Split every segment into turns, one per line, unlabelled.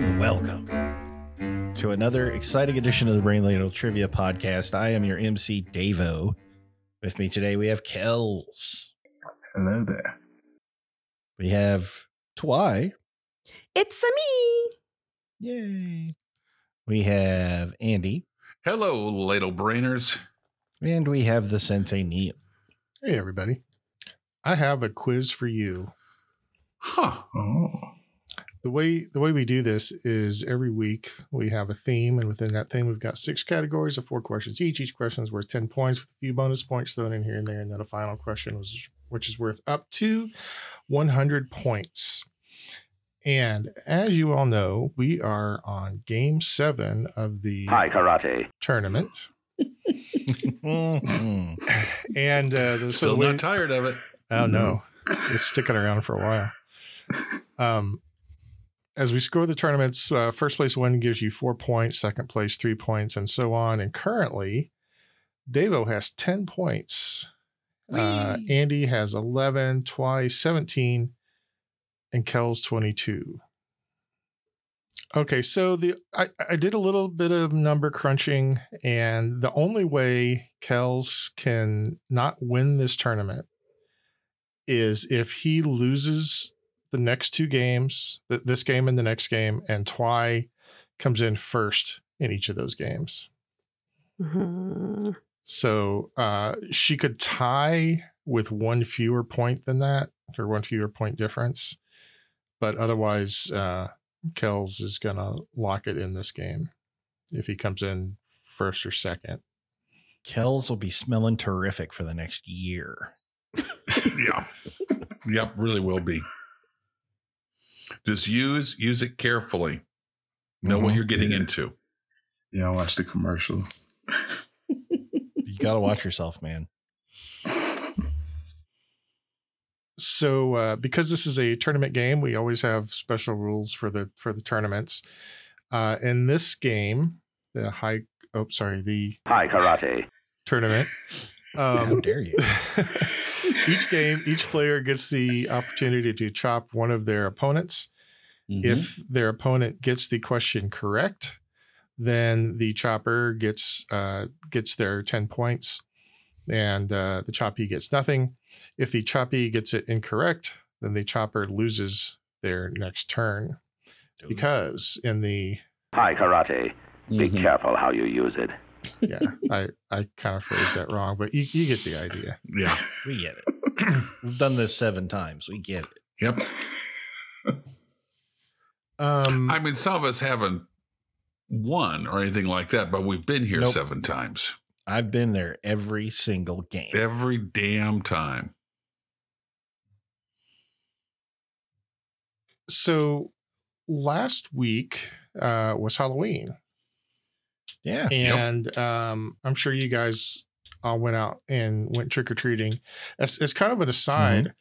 Welcome to another exciting edition of the Brain Ladle Trivia Podcast. I am your MC Davo. With me today, we have Kells,
Hello there.
we have Twy,
It's a me.
yay, we have Andy,
Hello, ladle brainers.
and we have the Sensei Neil.
Hey, everybody. I have a quiz for you.
Huh.
Oh,
The way the way we do this is every week we have a theme, and within that theme, we've got six categories of four questions each. Each question is worth 10 points with a few bonus points thrown in here and there, and then a final question, which, which is worth up to 100 points. And as you all know, we are on game seven of the
Hi, karate.
tournament.
Mhm.
And uh, the, so
Still
the way-
not Mm-hmm. tired of it.
Oh no, it's sticking around for a while. Um, as we score the tournaments, uh, first place win gives you four points, second place three points, and so on. And currently, Davo has ten points. Uh,
Whee.
Andy has eleven, twice seventeen, and Kells twenty-two. Okay, so the I, I did a little bit of number crunching, and the only way Kells can not win this tournament is if he loses the next two games, th- this game and the next game, and Twy comes in first in each of those games.
Mhm.
So uh, she could tie with one fewer point than that, or one fewer point difference. But otherwise, uh, Kells is going to lock it in this game if he comes in first or second.
Kells will be smelling terrific for the next year.
yeah. Yep, really will be. Just use use it carefully. Know what
Mhm.
you're getting
Yeah.
into.
yeah, I watched the commercial.
You got to watch yourself, man.
so uh, because this is a tournament game, we always have special rules for the for the tournaments. Uh, in this game, the high oh sorry, the
Hi, karate.
tournament.
How
Um,
dare you?
each game, each player gets the opportunity to chop one of their opponents. If their opponent gets the question correct, then the chopper gets uh, gets their ten points, and uh, the choppy gets nothing. If the choppy gets it incorrect, then the chopper loses their next turn because in the
Hi, karate. Be
Mhm.
careful how you use it.
yeah I I kind of phrased that wrong, but you, you get the idea.
Yeah.
We get it. We've done this seven times. We get it.
Yep.
Um,
I mean, some of us haven't won or anything like that, but we've been here
Nope.
seven times.
I've been there every single game.
Every damn time.
so last week uh, was Halloween,
Yeah.
Yep.
and um, I'm sure you guys all went out and went trick or treating. As, as kind of an aside,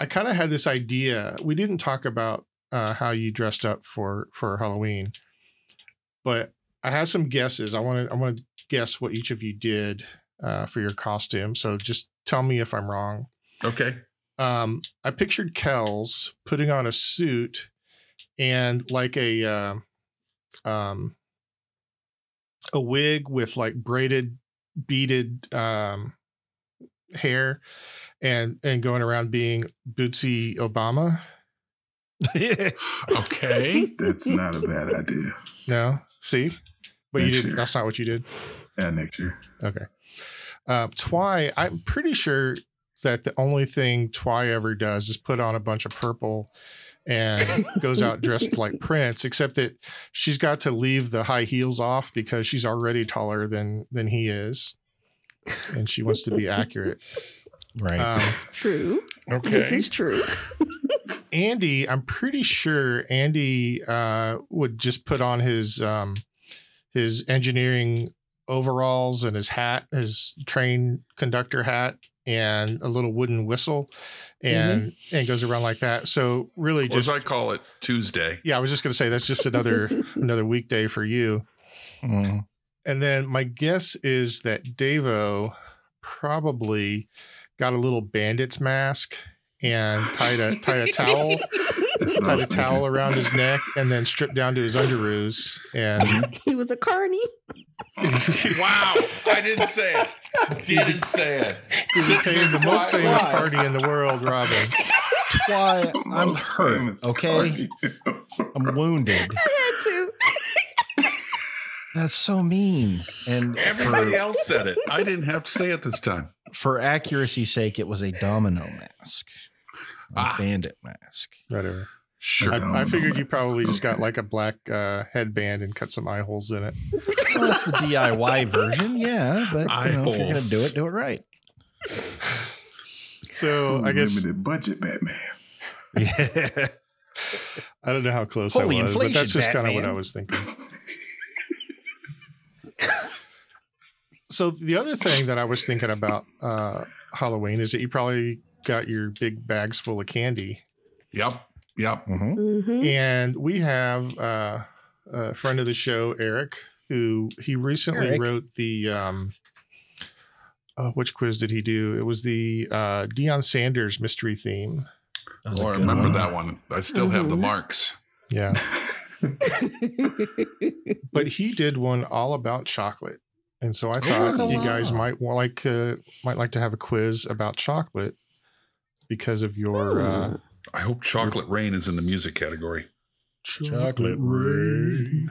I kind of had this idea. We didn't talk about uh, how you dressed up for for Halloween, but I have some guesses. I want to I want to guess what each of you did uh, for your costume. So just tell me if I'm wrong.
Okay.
um, I pictured Kells putting on a suit and like a uh, um, a wig with like braided, beaded um, hair, and and going around being Bootsy Obama.
Okay.
That's not a bad idea.
No, see, but you
Next
didn't.
year.
That's not what you did.
Yeah, next year.
Okay. Uh, Twy, I'm pretty sure that the only thing Twy ever does is put on a bunch of purple and goes out dressed like Prince, except that she's got to leave the high heels off because she's already taller than than he is. And she wants to be accurate.
Right.
Um,
True. This is true.
Andy, I'm pretty sure Andy uh, would just put on his um, his engineering overalls and his hat, his train conductor hat, and a little wooden whistle, and and goes around like that. So really,
Or as
just
I call it, Tuesday.
yeah, I was just gonna say that's just another another weekday for you.
Mhm.
And then my guess is that Davo probably got a little bandit's mask and tied a tied a towel
That's what I
tied
was
a
thinking.
towel around his neck and then stripped down to his underoos. And
he was a carny.
wow. I didn't say it. Didn't say it.
he became the most
Why-
famous
why?
party in the world, Robin.
Why I'm
Most
hurt.
famous
Okay,
Cardi.
I'm wounded.
I had to.
That's so mean. And
Everybody
for,
else said it. I didn't have to say it this time.
for accuracy's sake, it was a domino mask, a
Ah.
bandit mask.
Whatever.
Sure.
No,
I,
no,
I figured you
that's
probably just got
okay.
like a black uh, headband and cut some eye holes in it.
Well, that's the DIY version, yeah. But you know, if you're gonna do it, do it right.
So I guess
limited budget Batman.
Yeah.
I don't know how close
Holy
I was,
inflation,
but that's just kind of what
Batman.
I was thinking. so the other thing that I was thinking about uh, Halloween is that you probably got your big bags full of candy,
Yep. Yep.
Mm-hmm.
Mhm.
Mhm.
Mm-hmm.
and we have uh, a friend of the show, Eric, who he recently
Eric.
wrote the. Um, uh, which quiz did he do? It was the uh, Deion Sanders mystery theme.
That was a
Oh, I
good
remember
one.
that one. I still have the
Mhm.
marks.
Yeah, but he did one all about chocolate and so i thought
la
you
la.
guys might wa- like uh, might like to have a quiz about chocolate because of your uh,
I hope chocolate rain is in the music category.
Chocolate rain.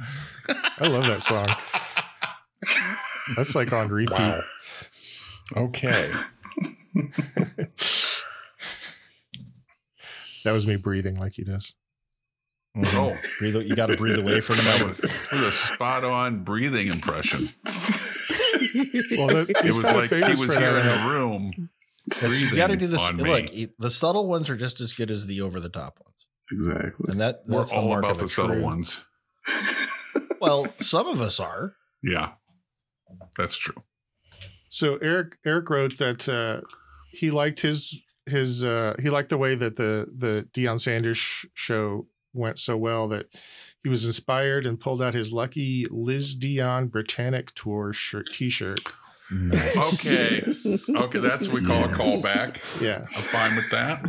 i love that song that's like on repeat
Okay.
that was me breathing like he does
Mhm.
Oh,
Breathe- you got to breathe away for a
that
moment.
was, that was a spot on breathing impression.
well that,
It was like he was here in the room.
You got to do this.
on me.
Look, e- the subtle ones are just as good as the over the top ones,
Exactly.
and that
We're
that's the
all
mark
about
of
the
a
subtle
true-
ones.
Well, some of us are.
Yeah. That's true.
so eric eric wrote that uh, he liked his his uh, he liked the way that the the Deion Sanders sh- show went so well that he was inspired and pulled out his lucky Liz Dion Britannic Tour shirt T-shirt.
Okay.
Yes.
Okay, that's what we call a
Yes.
callback.
Yeah,
I'm fine with that.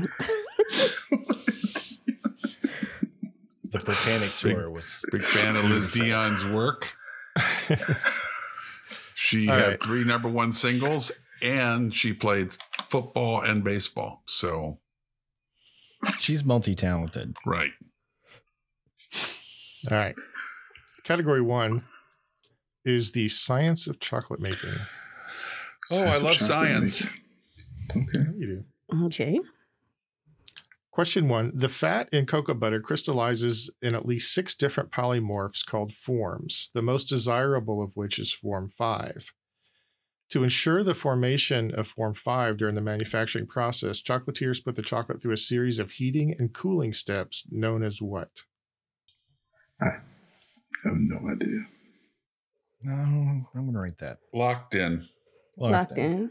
The Britannic tour was
Big fan of Liz Dion's work. She
All
had
right.
three number one singles and she played football and baseball. So,
she's multi talented.
right.
all right. Category one is the science of chocolate making.
Oh, I love science.
Okay.
You do.
okay.
Question one: The fat in cocoa butter crystallizes in at least six different polymorphs called forms, the most desirable of which is form five. To ensure the formation of form five during the manufacturing process, chocolatiers put the chocolate through a series of heating and cooling steps known as what?
I have no idea.
No, I'm gonna write that.
Locked in.
Locked
Locked
in.
in.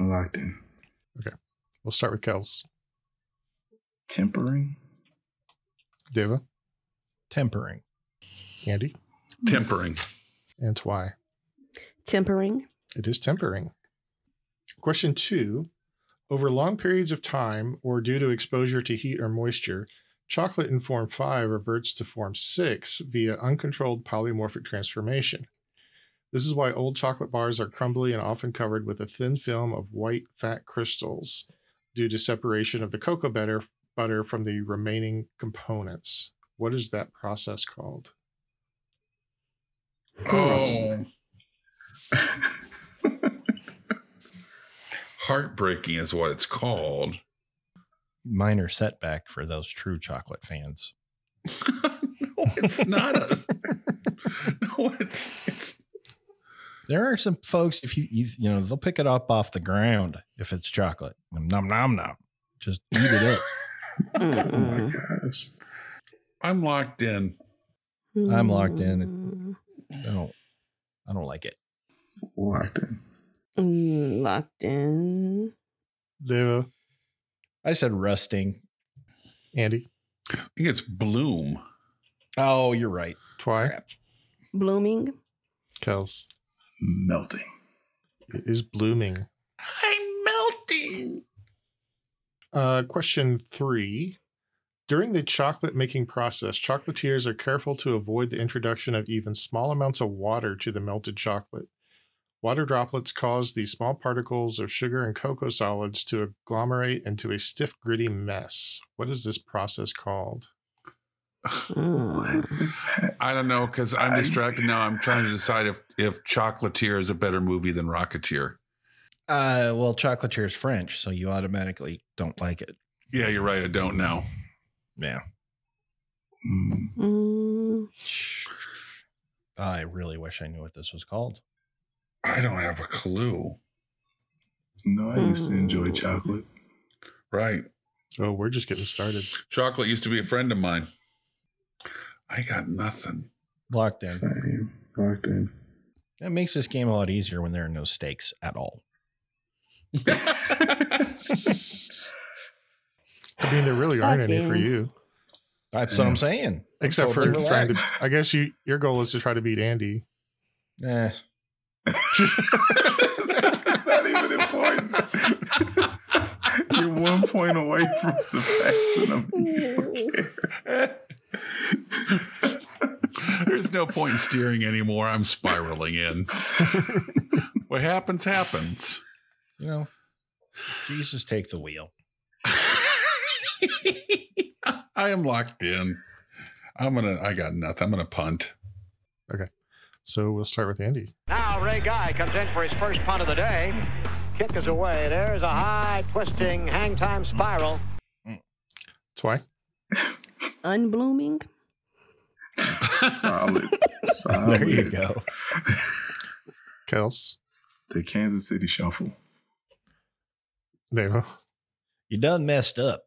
I'm locked in.
We'll start with Kels.
Tempering.
Deva,
Tempering.
Andy,
Tempering.
and Twy.
Tempering.
It is tempering. Question two Over long periods of time, or due to exposure to heat or moisture, chocolate in form 5 reverts to form 6 via uncontrolled polymorphic transformation. This is why old chocolate bars are crumbly and often covered with a thin film of white fat crystals due to separation of the cocoa butter, butter from the remaining components. What is that process called?
Oh. Heartbreaking is what it's called.
Minor setback for those true chocolate fans.
no, it's not a. No, it's it's
There are some folks if you, you you know they'll pick it up off the ground if it's chocolate. Nom nom nom. Just eat it up. Mm-hmm.
Oh my
Mm-hmm.
gosh.
I'm locked in.
Mm-hmm.
I'm locked
in.
I don't. I don't like it.
Locked in.
Mm-hmm. Locked in.
Deva,
I said rusting.
Andy,
I think it's bloom.
Oh, you're right.
Twy,
Blooming.
Kels.
Melting.
It is blooming.
I'm melting.
Uh, question three. During the chocolate making process, chocolatiers are careful to avoid the introduction of even small amounts of water to the melted chocolate. Water droplets cause the small particles of sugar and cocoa solids to agglomerate into a stiff, gritty mess. What is this process called?
Mm-hmm.
What is that?
I don't know because I'm
I-
distracted now. I'm trying to decide if if Chocolatier is a better movie than Rocketeer.
Uh, well, chocolatier is French, so you automatically don't like it.
Yeah, you're right. I don't know.
Yeah,
Mm,
Mm,
I really wish I knew what this was called.
I don't have a clue.
no, I used to
Mm.
enjoy chocolate.
Right.
Oh, we're just getting started.
Chocolate used to be a friend of mine. I got nothing.
Locked in.
Same. Locked in.
That makes this game a lot easier when there are no stakes at all.
I mean, there really aren't any for
Fucking-
you,
That's what I'm saying.
except for
Totally
trying to.
relax.
I guess you your goal is to try to beat Andy.
Eh.
it's not even important. You're one point away from surpassing them. You don't care.
There's no point in steering anymore. I'm spiraling in. What happens, happens.
You know, Jesus, take the wheel.
I am locked in. I'm gonna. I got nothing. I'm gonna punt.
So we'll start with Andy.
Now Ray Guy comes in for his first punt of the day. Kick is away. There's a high twisting hang time spiral.
Twy.
unblooming.
Solid. Solid.
There you go.
Kels,
The Kansas City Shuffle.
Devo,
You done messed up.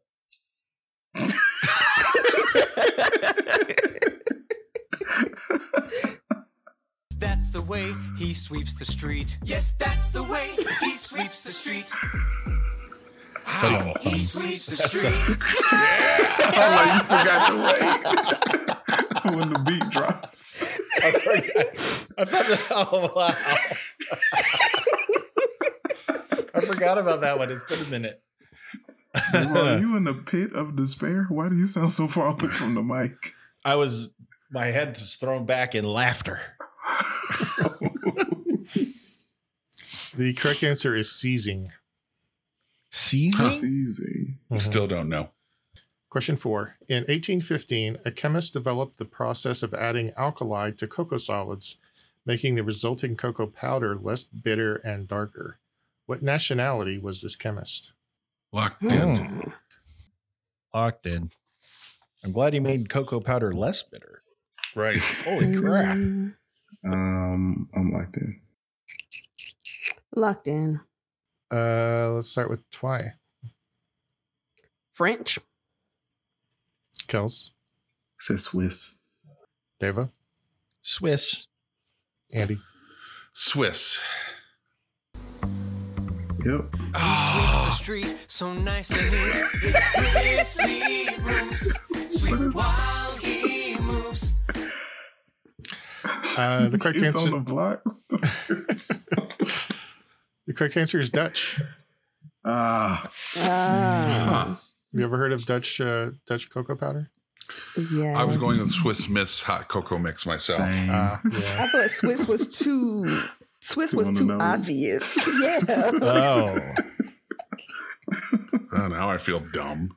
That's the way he sweeps the street. Yes, that's the way he sweeps the street.
How?
He sweeps the street.
Oh, like you forgot the way when the beat drops.
I thought, that- oh wow! I forgot about that one. It's been a minute.
Are you in the pit of despair? Why do you sound so far away from the mic?
I was my head was thrown back in laughter.
the correct answer is seizing.
It's
Seizing?
easy.
Mm-hmm.
Still don't know.
Question four. In 1815, a chemist developed the process of adding alkali to cocoa solids, making the resulting cocoa powder less bitter and darker. What nationality was this chemist?
Locked in.
Mm. Locked in. I'm glad he made cocoa powder less bitter.
Right.
Holy crap!
Mm,
Um, I'm locked in.
Locked in.
Uh, let's start with Twy.
French.
Kels,
It says Swiss.
Deva,
Swiss.
Andy.
Swiss.
Yep.
He sweeps the street so nice and neat. His sweet moves, sweet while he moves.
Uh, the correct
it's
answer-
on the block.
The correct answer is Dutch.
Ah,
Ah,
Have you ever heard of Dutch uh, Dutch cocoa powder?
yeah.
I was going with Swiss Miss Hot Cocoa Mix myself.
same.
Uh,
I
yeah.
thought Swiss was too. Swiss
Too
was
on the
too
nose.
obvious. Yeah.
Oh,
Oh, now I feel dumb.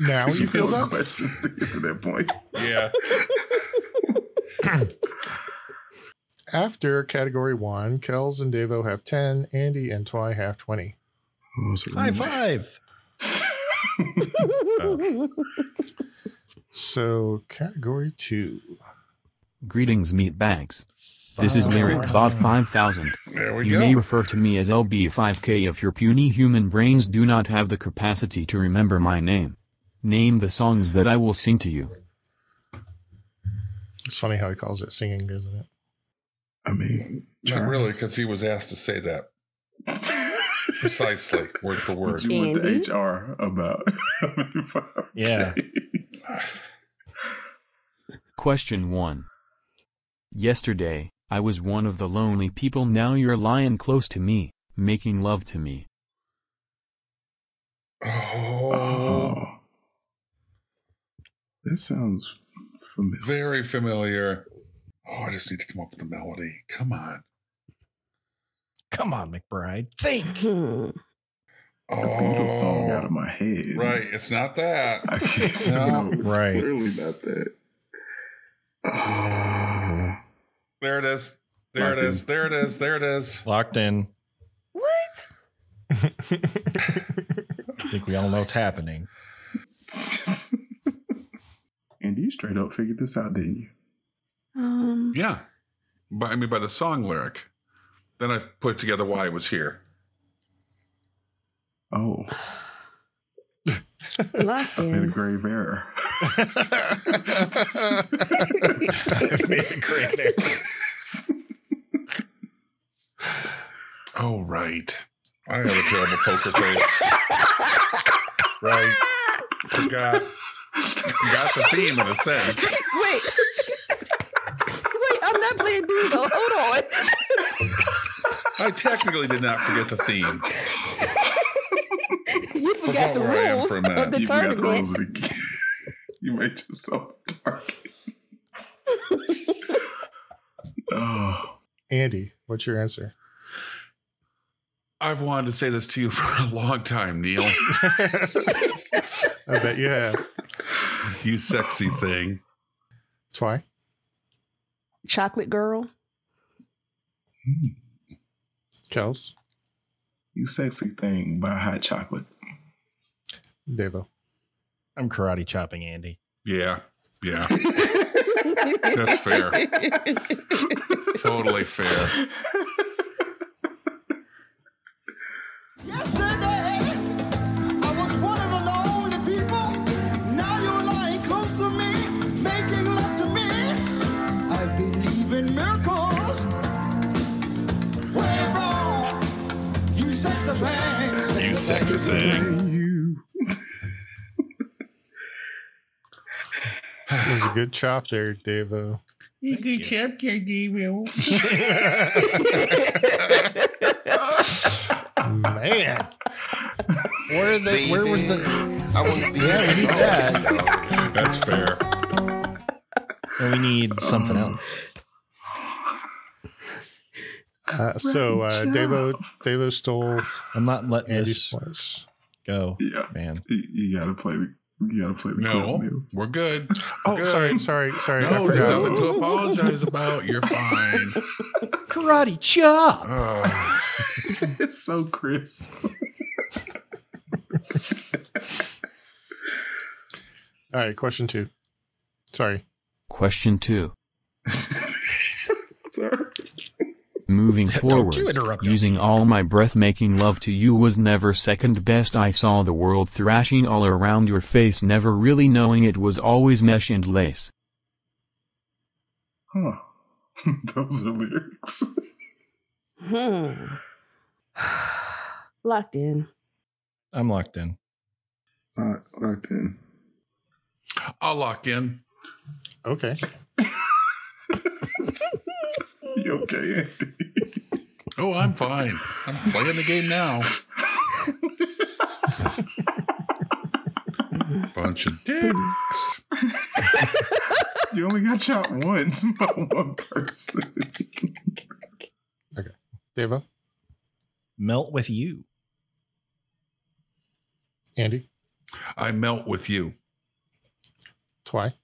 Now
Too
you feel
many
that?
questions to get to that point.
yeah.
After category one, Kels and Devo have 10, Andy and Twy have 20.
Oh, it's a
high
rematch.
five!
So, category two.
Greetings, meat bags. This is Lyric Bot 5000.
There we
You
go.
may refer to me as LB5K if your puny human brains do not have the capacity to remember my name. Name the songs that I will sing to you.
It's funny how he calls it singing, isn't it?
I mean,
Not really,
Travis.
because he was asked to say that precisely, word for word.
What you went
Andy?
to HR about?
Yeah.
Question 1. Yesterday, I was one of the lonely people. Now you're lying close to me, making love to me.
Oh,
Oh. That sounds familiar.
Very familiar. Oh, I just need to come up with the melody. Come on.
Come on, McBride. Think.
Hmm.
Oh,
The Beatles song out of my head.
right. It's not that.
I can't say
No,
no, it's
right.
clearly not that. Ah.
There it is. There it is. There it is. There it is.
Locked in.
What?
I think we all know what's happening.
and you straight up figured this out, didn't you?
Um,
Yeah. By, I mean, by the song lyric. Then I put together why it was here.
Oh,
locked
made a
Mm-hmm.
in.
grave error.
Oh, right. I have a terrible poker face. right. Forgot. Got the theme in a sense.
Wait. Wait, I'm not playing bingo. Hold on.
I technically did not forget the theme.
You forgot
Forgot
the
where I am
rules
for a
of
minute.
the
you forgot the
tournament.
rules of the game. you made yourself dark. oh,
Andy, what's your answer?
I've wanted to say this to you for a long time, Neil.
I bet you have.
You sexy thing.
Twy.
Chocolate girl.
Kels,
you sexy thing by hot chocolate.
Devo.
I'm karate chopping Andy.
Yeah. Yeah. That's fair. Totally fair.
Yesterday, I was one of the lonely people. Now you're lying close to me, making love to me. I believe in miracles. Way wrong. You sexy thing.
You sexy thing.
You.
It was a good chop there, Devo. Man.
Where are they? Where was the?
I want to
Yeah, we need that.
That's fair.
And we need something else.
Uh, so uh, Devo, Devo stole
I'm not letting
Andy's
this
points.
go,
Yeah,
man.
you, you gotta play. the- You gotta play the clip,
No,
Neil.
we're good.
Oh,
Good.
sorry, sorry, sorry. I
No, there's
forgot.
nothing to apologize about. You're fine.
Karate chop.
Oh,
it's so crisp.
All right, question two. Sorry.
Question 2.
Sorry.
Moving forward,
you interrupt him.
using all my breath making love to you was never second best. I saw the world thrashing all around your face, never really knowing it was always mesh and lace.
Huh. Those are lyrics.
Hmm. Locked in.
I'm locked in.
Uh, locked in.
Ah, I'll lock in.
Okay.
You okay, Andy?
Oh, I'm fine. I'm playing the game now. Bunch of dicks.
You only got shot once by one person.
Devo,
Melt with you.
Andy,
I melt with you.
Twy.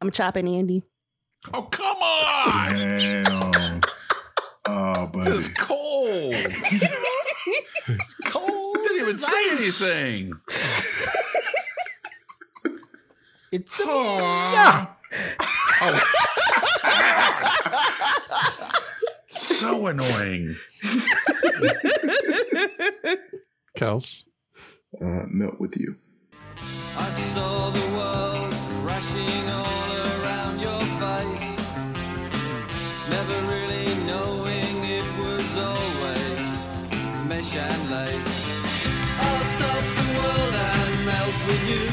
I'm chopping Andy.
Oh, come on.
Damn. Oh, buddy.
This is cold. cold. Didn't even say anything.
It's
Yeah. Oh. so annoying.
Kels,
Uh, melt with you.
I saw the world rushing all around your face. Never really knowing it was always mesh and lace. I'll stop the world and melt with you.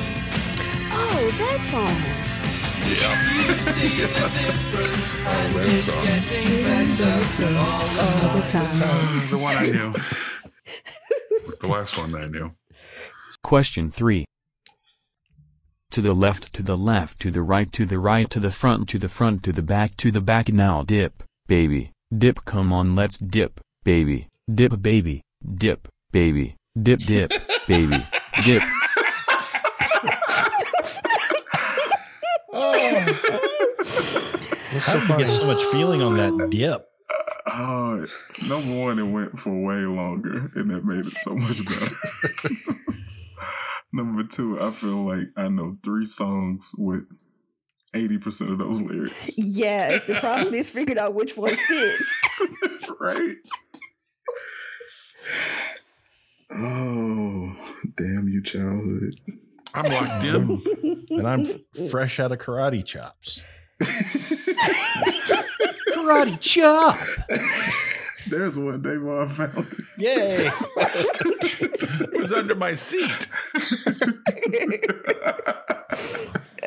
Oh, that song.
You see the difference, and it's getting better all the
All
time.
the time.
the one I knew. the last one that I knew.
Question 3. To the left, to the left, to the right, to the right, to the front, to the front, to the back, to the back. Now dip, baby. Dip, come on, let's dip, baby. Dip, baby. Dip, baby. Dip, dip, baby. Dip.
That's
How did
so
you
funny.
get so much feeling on that dip?
Oh, number one, it went for way longer, and that made it so much better. number two, I feel like I know three songs with eighty percent of those lyrics.
Yes, the problem is figuring out which one fits.
right? Oh, damn you, childhood!
I'm locked in.
And I'm f- fresh out of karate chops. karate chop!
There's one day where I found it.
Yay!
It was under my seat.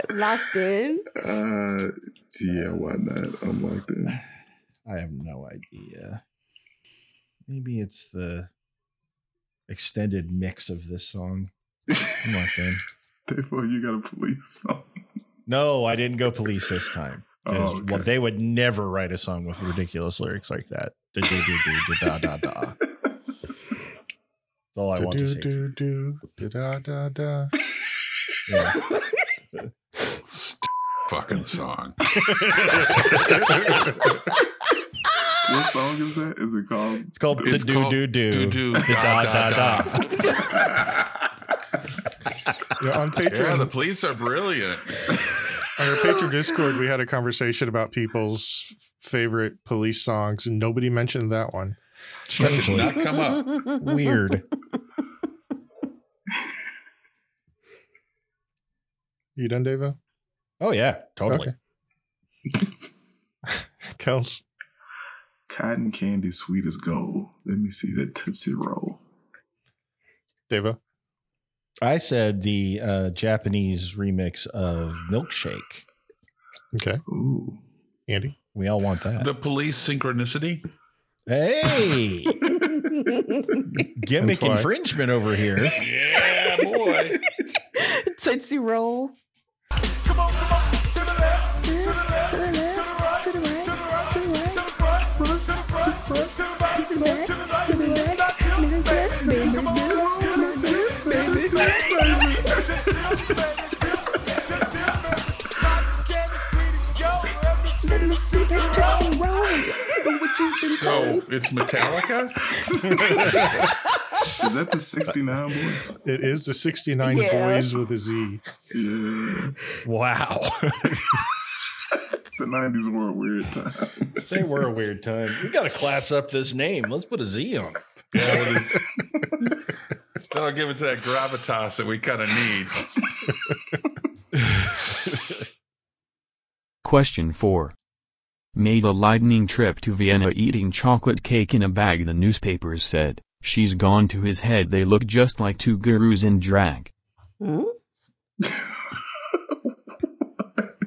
Locked in.
Uh, yeah, why not? I'm locked in.
I have no idea. Maybe it's the extended mix of this song. I'm locked in.
Therefore, you got a police song.
No, I didn't go police this time. 'Cause,
Oh, okay.
well, they would never write a song with ridiculous lyrics like that. Da da da da da da da. da. That's all I want to
Do,
say.
do, do, do, da, da, da.
St- fucking song.
What song is that? Is it called?
It's called the
It's
do
called
do
Do
do
do
da da da. da.
Yeah, on
Yeah,
Patreon,
the police are brilliant.
on our Patreon Discord, we had a conversation about people's favorite police songs, and nobody mentioned that one.
That did not come up.
Weird.
You done, Devo?
Oh yeah, totally.
Kels,
Cotton candy, sweet as gold. Let me see that Tootsie Roll.
Devo,
I said the uh, Japanese remix of Milkshake.
okay,
Ooh.
Andy,
We all want that.
The police synchronicity.
hey, gimmick
That's why.
infringement over here.
Yeah, boy.
Tootsie roll. To the left, to the right, to the right, to the back, to the back, nice left, baby, do, now do, baby, do. Let me see that tootsie roll. What you been
So
told?
it's Metallica.
Is that the 69 boys?
it is the '69
Yeah.
Boys with a Z.
Yeah.
Wow,
The 90s were a weird time.
they were a weird time. We got to class up this name. Let's put a Z on it.
That'll give it to that gravitas that we kind of need.
Question 4. Made a lightning trip to Vienna eating chocolate cake in a bag, the newspapers said. She's gone to his head. They look just like two gurus in drag.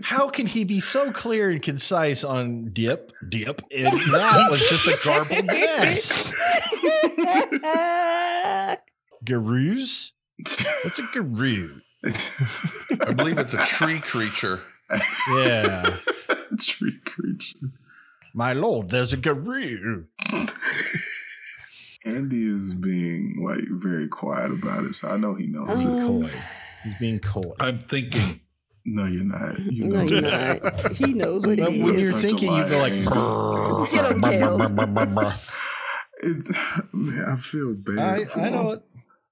How can he be so clear and concise on dip, dip, and that was just a garbled mess? Garoos? What's a garoo?
I believe it's a tree creature.
Yeah.
Tree creature.
My lord, there's a garoo.
Andy is being like very quiet about it, so I know he knows it.
Coy. He's being coy.
I'm thinking.
No, you're not. You know
No, you're
this.
not. He knows what
But
it
when
is.
you're
Such a
thinking, you'd be
liar,
like,
Andy.
"Brr,
Get him, Kels.
brr, brr, brr, brr."
It, man, I feel bad.
I,
for
I
him.
know it.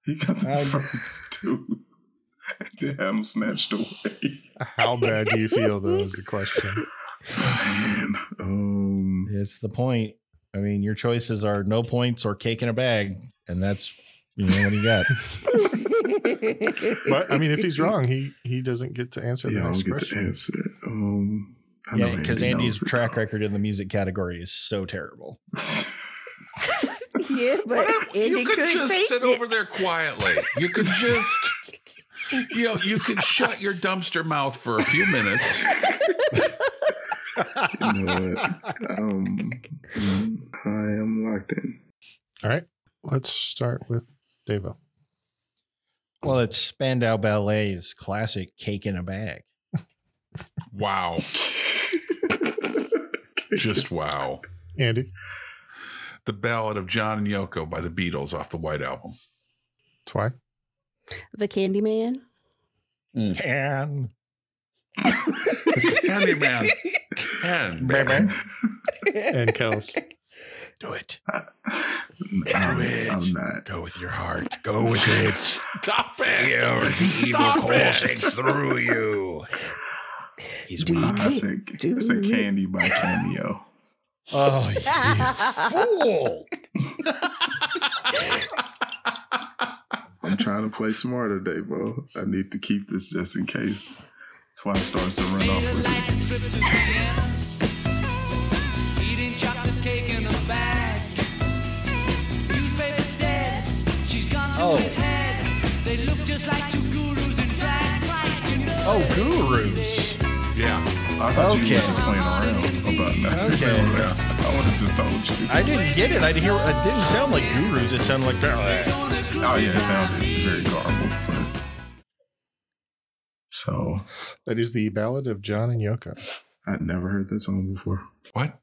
He got the
I'm-
first two. And they had him snatched away.
How bad do you feel? Though is the question.
Man. Um,
It's the point. I mean, your choices are no points or cake in a bag, and that's you know what he got.
But I mean, if he's wrong, he he doesn't get to answer
yeah,
the
I
next
don't get the
question.
answer. Um, I know
yeah, because
Andy
Andy's
knows it,
track
though.
record in the music category is so terrible.
yeah, but Andy
you could
couldn't
just
take
sit
it.
over there quietly. You could just, you know, you could shut your dumpster mouth for a few minutes.
You know what? um, I am locked in.
All right, let's start with Devo.
Well, it's Spandau Ballet's classic "Cake in a Bag."
Wow. Just wow.
Andy,
The Ballad of John and Yoko by the Beatles off the White Album.
Twy,
The Candyman.
Can
Candyman. Candyman.
and Kells.
do it.
No,
it.
I'm not.
Go with your heart. Go with it. Stop it.
Stop it.
Stop coursing through you. He's
Do
Nah,
weak.
you-
I said, I said candy by cameo.
Oh,
Fool.
I'm trying to play smart today, bro. I need to keep this just in case. Twice starts to run off with it.
Eating chocolate cake in a bag. Newspaper said she's gone to
Oh.
his head. They look just like two gurus in drag. Christ, you know.
oh, gurus.
Yeah.
I thought you were
Okay.
just playing around about nothing.
Okay.
I would have just told you.
I didn't get it. I didn't hear. It didn't sound like gurus. It sounded like.
Oh yeah, it sounded very garbled. But... So
That is the ballad of John and Yoko.
I'd never heard that song before.
What?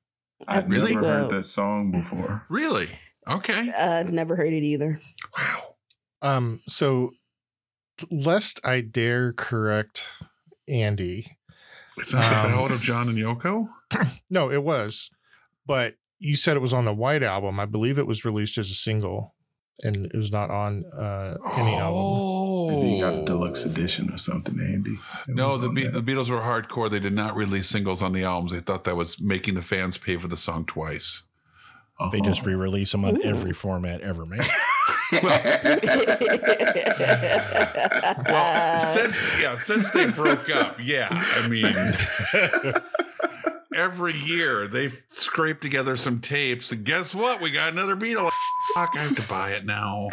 I'd
Really?
never heard
Whoa.
that song before.
Really? Okay.
I've never heard it either.
Wow.
Um, so lest I dare correct Andy.
It's not the
Um,
Ballad of John and Yoko?
No, it was, but you said it was on the White album. I believe it was released as a single, and it was not on uh, any
Oh.
album.
Oh.
Maybe you got a deluxe edition or something, Andy. It
No,
was
the,
on
Be-
that.
the Beatles were hardcore. They did not release singles on the albums. They thought that was making the fans pay for the song twice.
They just
Uh-huh.
re-release them on
Ooh.
every format ever made.
Uh,
Well, since yeah, since they broke up, yeah, I mean, every year they scrape together some tapes, and guess what? We got another Beatle. Fuck, I have to buy it now.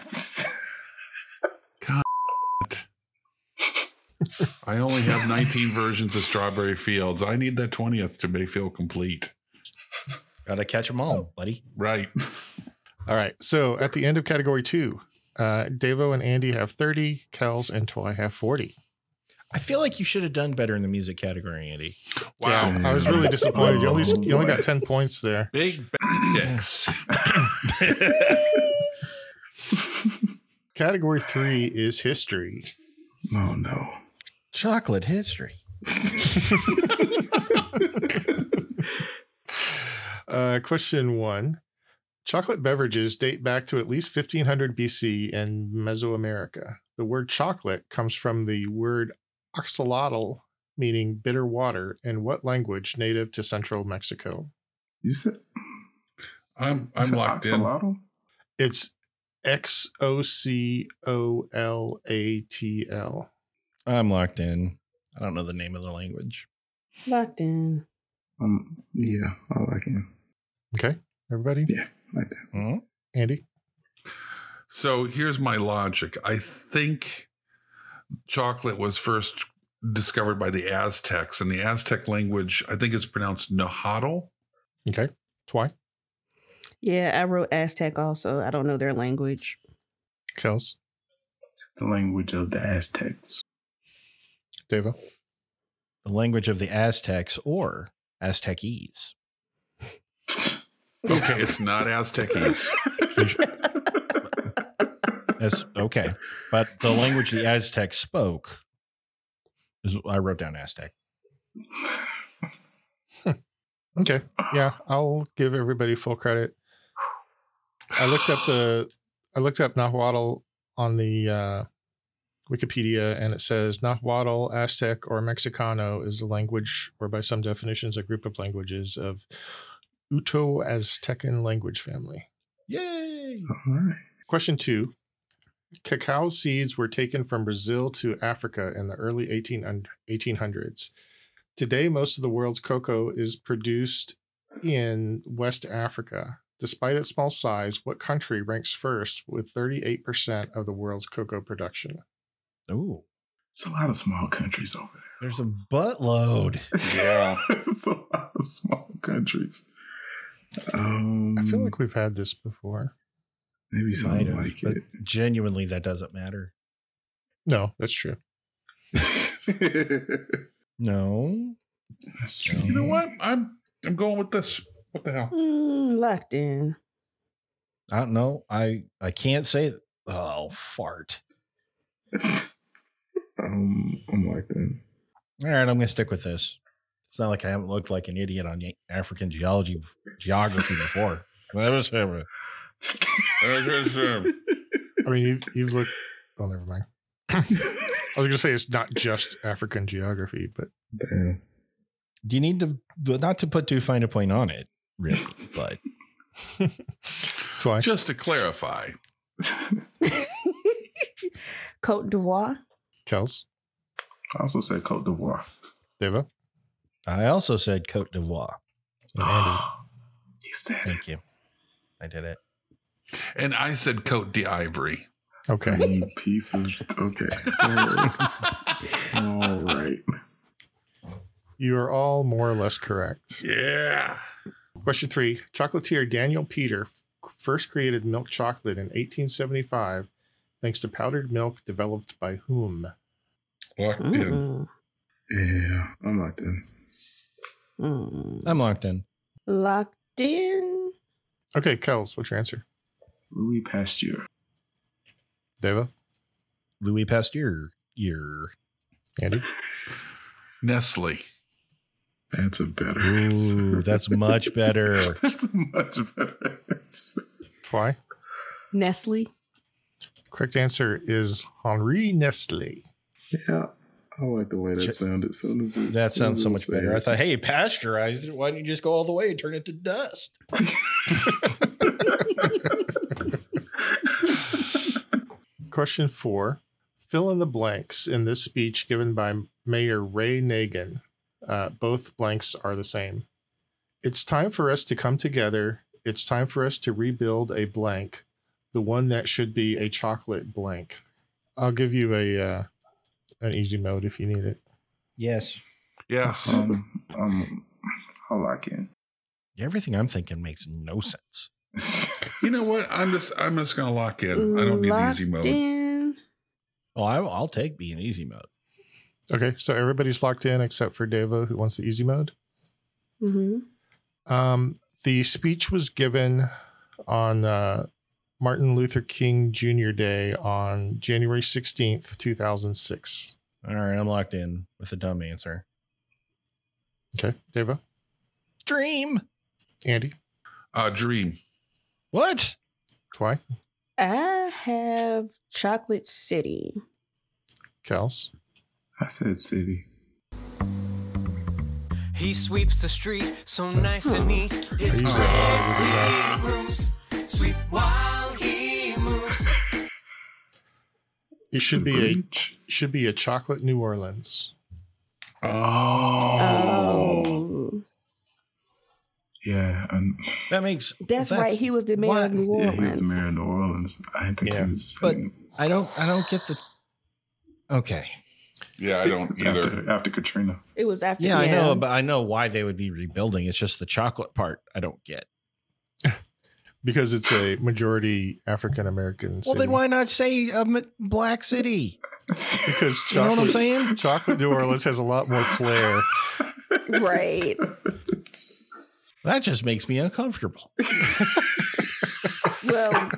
God. I only have 19 versions of Strawberry Fields. I need that 20th to make feel complete.
Gotta catch them all, buddy.
Right.
All right. So at the end of category two, uh, Devo and Andy have 30, Kells and Twy have 40.
I feel like you should have done better in the music category, Andy.
Wow.
Yeah, I was really disappointed. You only, you only got 10 points there.
Big dicks.
Category three is history.
Oh no.
Chocolate history.
Uh, question one Chocolate beverages date back to at least 1500 BC in Mesoamerica. The word chocolate comes from the word oxalotl, meaning bitter water, in what language native to central Mexico?
You said
I'm
you
I'm
said
locked in.
Axolotl?
It's X O C O L A T L.
I'm locked in. I don't know the name of the language.
Locked in.
Um, yeah, I like him.
Okay, everybody?
Yeah, like that.
Hmm?
Andy?
So here's my logic. I think chocolate was first discovered by the Aztecs, and the Aztec language I think is pronounced Nahuatl.
Okay, Twy?
Yeah, I wrote Aztec also. I don't know their language.
Kels?
The language of the Aztecs.
Devo?
The language of the Aztecs or Azteces.
Okay, it's not Aztecese.
That's okay. But the language the Aztecs spoke is I wrote down Aztec.
Okay. Yeah, I'll give everybody full credit. I looked up the I looked up Nahuatl on the uh, Wikipedia and it says Nahuatl, Aztec, or Mexicano is a language, or by some definitions, a group of languages of Uto Aztecan language family.
Yay.
All right.
Question two Cacao seeds were taken from Brazil to Africa in the early 18, un- 1800s. Today, most of the world's cocoa is produced in West Africa. Despite its small size, what country ranks first with 38% of the world's cocoa production?
Ooh.
It's a lot of small countries over there.
There's a buttload.
Yeah.
it's a lot of small countries. Um,
I
Mm.
feel like we've had this before.
maybe
Might
something
have,
like
but
it.
genuinely that doesn't matter.
No, that's true.
No.
You know what? I'm I'm going with this. What the hell?
Mm, locked in.
I don't know. I I can't say. Oh fart!
um, I'm locked in.
All right, I'm gonna stick with this. It's not like I haven't looked like an idiot on Yan- African geology geography before. That was terrible.
I mean, you've, you've looked. Oh, never mind. I was going to say it's not just African geography, but
Damn.
Do you need to not to put too fine a point on it, really? But
that's why.
Just to clarify,
Cote d'Ivoire.
Kels,
I also said Cote d'Ivoire.
Deva,
I also said Cote d'Ivoire.
he said
Thank you. I did it.
and I said Cote d'Ivory.
okay.
it. You piece of okay. All right.
You are all more or less correct.
Yeah.
Question three Chocolatier Daniel Peter first created milk chocolate in 1875 thanks to powdered milk developed by whom?
Locked
Mm-mm.
in.
Yeah, I'm locked in.
Mm.
I'm locked in.
Locked in.
Okay, Kels, what's your answer?
Louis Pasteur.
Deva,
Louis Pasteur. Year.
Andy,
Nestle.
That's a better
Ooh,
answer.
that's much better.
That's a much better answer.
Twy.
Nestle.
Correct answer is Henri Nestle.
Yeah, I like the way that
Ch-
sounded. Soon as it,
That
soon
sounds
as
so
it
much
said
better. I
it.
thought, hey, pasteurized it. Why don't you just go all the way and turn it to dust?
Question four Fill in the blanks in this speech given by Mayor Ray Nagin. Uh, both blanks are the same. It's time for us to come together. It's time for us to rebuild a blank, the one that should be a chocolate blank. I'll give you a uh, an easy mode if you need it.
Yes.
Yes.
Um, um, I'll lock in.
Everything I'm thinking makes no sense.
You know what? I'm just I'm just gonna lock in. I don't need the easy mode.
in.
Oh, I, I'll take being easy mode.
Okay, so everybody's locked in except for Deva, who wants the easy mode.
Mm-hmm.
Um, the speech was given on uh, Martin Luther King Jr. Day on January 16th, 2006.
All right, I'm locked in with a dumb answer.
Okay, Deva,
Dream.
Andy,
uh dream.
What?
Twy,
I have Chocolate City.
Kels.
I said city.
He sweeps the street so nice and neat. His
Easy.
grass moves sweep while he moves.
It
The
should be a
bridge.
should be a chocolate New Orleans.
Oh,
Um,
Oh,
Yeah, and
That makes
that's, right. He was the mayor
why-
of New
yeah, he
Orleans.
was the mayor of New Orleans. I didn't think
Yeah,
he was.
but-
saying-
I don't. I don't get the. Okay.
yeah, I don't
it's
either.
after after Katrina.
it was after.
Yeah, I know, but I know why they would be rebuilding. It's just the chocolate part I don't get.
Because it's a majority African American city.
Well, then why not say a m- black city?
Because
You know what I'm
chocolate,
saying?
chocolate New Orleans has a lot more flair.
right.
That just makes me uncomfortable.
Well,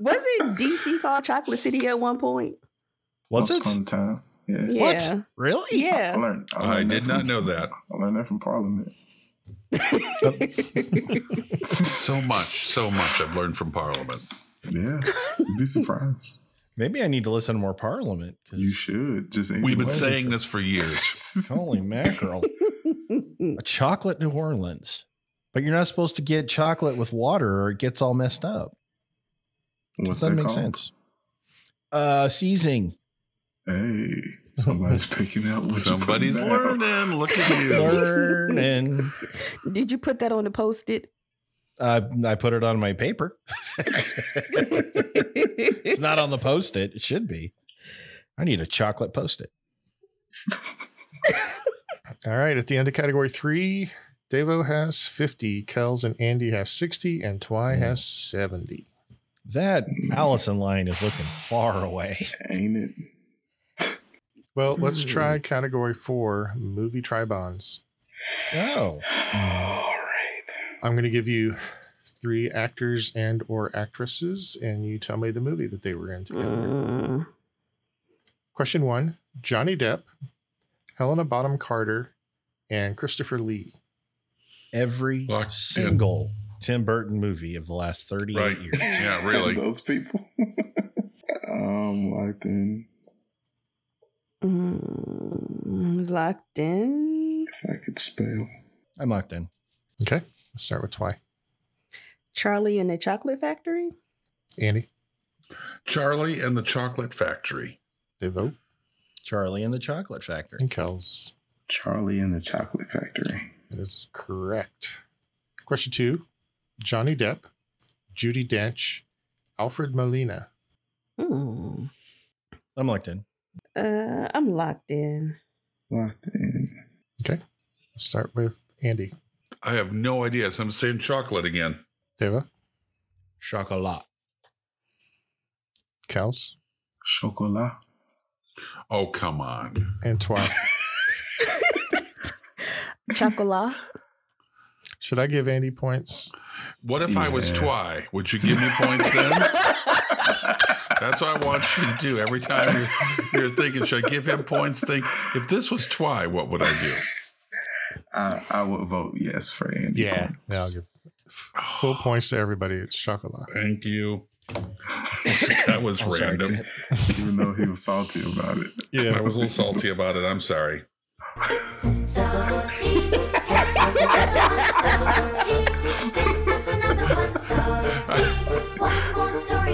was it DC called Chocolate City at one point?
Was
Once
it?
upon a time? Yeah.
Yeah.
What? Really?
I
Yeah.
learned.
I
learned
did
that
not
from-
know that.
I learned that from Parliament.
So much, so much I've learned from Parliament.
Yeah, you'd be surprised.
Maybe I need to listen to more Parliament. 'cause-
You should just.
We've been
anyway.
saying this for years.
Holy mackerel! a chocolate New Orleans, but you're not supposed to get chocolate with water, or it gets all messed up.
What's
Doesn't
that
make
called?
sense. Uh, seizing.
Hey, somebody's picking out what you put
Somebody's
down.
learning. Look at you.
Learning.
Did you put that on the post it?
Uh, I put it on my paper. it's not on the post it. It should be. I need a chocolate post it.
All right, at the end of category three, Devo has 50, Kels and Andy have 60, and Twy has 70.
That Allison line is looking far away.
Ain't it?
Well, let's try category four movie tribons.
Oh.
All right.
I'm going to give you three actors and or actresses, and you tell me the movie that they were in together.
Mm.
Uh,
Question one: Johnny Depp, Helena Bottom Carter, and Christopher Lee.
Every
Locked in.
single Tim Burton movie of the last 38
Right.
years.
Yeah, really.
Those people. um, locked in.
mm, locked in.
If I could spell.
I'm locked in.
Okay, let's start with Twy.
Charlie and the Chocolate Factory.
Andy,
Charlie and the Chocolate Factory.
Devo,
Charlie and the Chocolate Factory.
and Kels.
Charlie and the Chocolate Factory.
That is correct. Question two: Johnny Depp, Judy Dench, Alfred Molina.
Hmm.
I'm locked in.
Uh, I'm locked in.
Locked in.
Let's start with Andy,
I have no idea. So I'm saying chocolate again.
Deva,
Chocolat.
Kels,
Chocolat.
Oh, come on.
and Twy.
Chocolat.
Should I give Andy points?
What if I was
Yeah.
Twy? Would you give me points then? That's what I want you to do every time you're, you're thinking, should I give him points? Think, if this was Twy, what would I do?
I, I would vote yes for Andy. Points.
Yeah, I'll give full points to everybody. It's chocolate.
Thank you. That was
I'm sorry,
random.
dude.
Even though he was salty about it.
I was a little salty about it. I'm sorry.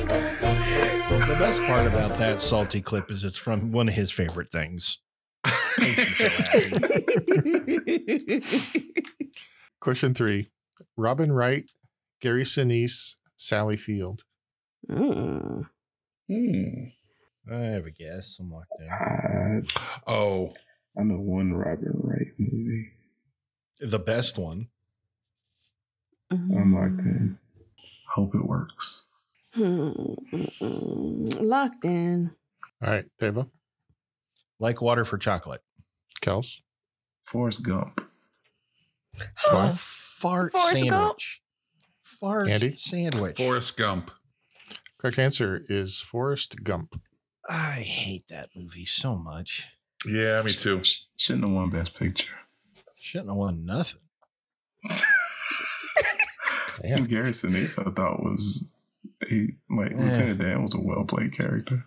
The best part about that salty clip is it's from one of his favorite things.
Question three Robin Wright, Gary Sinise, Sally Field.
Uh.
Mm.
Hmm.
I have a guess. I'm locked in.
I,
Oh,
I know one Robin Wright movie.
The best one.
I'm locked in. Hope it works.
Mm-mm-mm.
Hmm.
Locked in.
All right, Deva,
Like water for chocolate.
Kels,
Forrest Gump.
Oh, fart
Forrest
sandwich.
Gump.
Fart
Andy?
sandwich.
Forrest Gump.
correct answer is Forrest Gump.
I hate that movie so much.
Yeah, me too.
Shouldn't have won Best Picture.
Shouldn't have won nothing.
And Garrison Ace, I thought was he like
Yeah.
Lieutenant Dan was a well played character.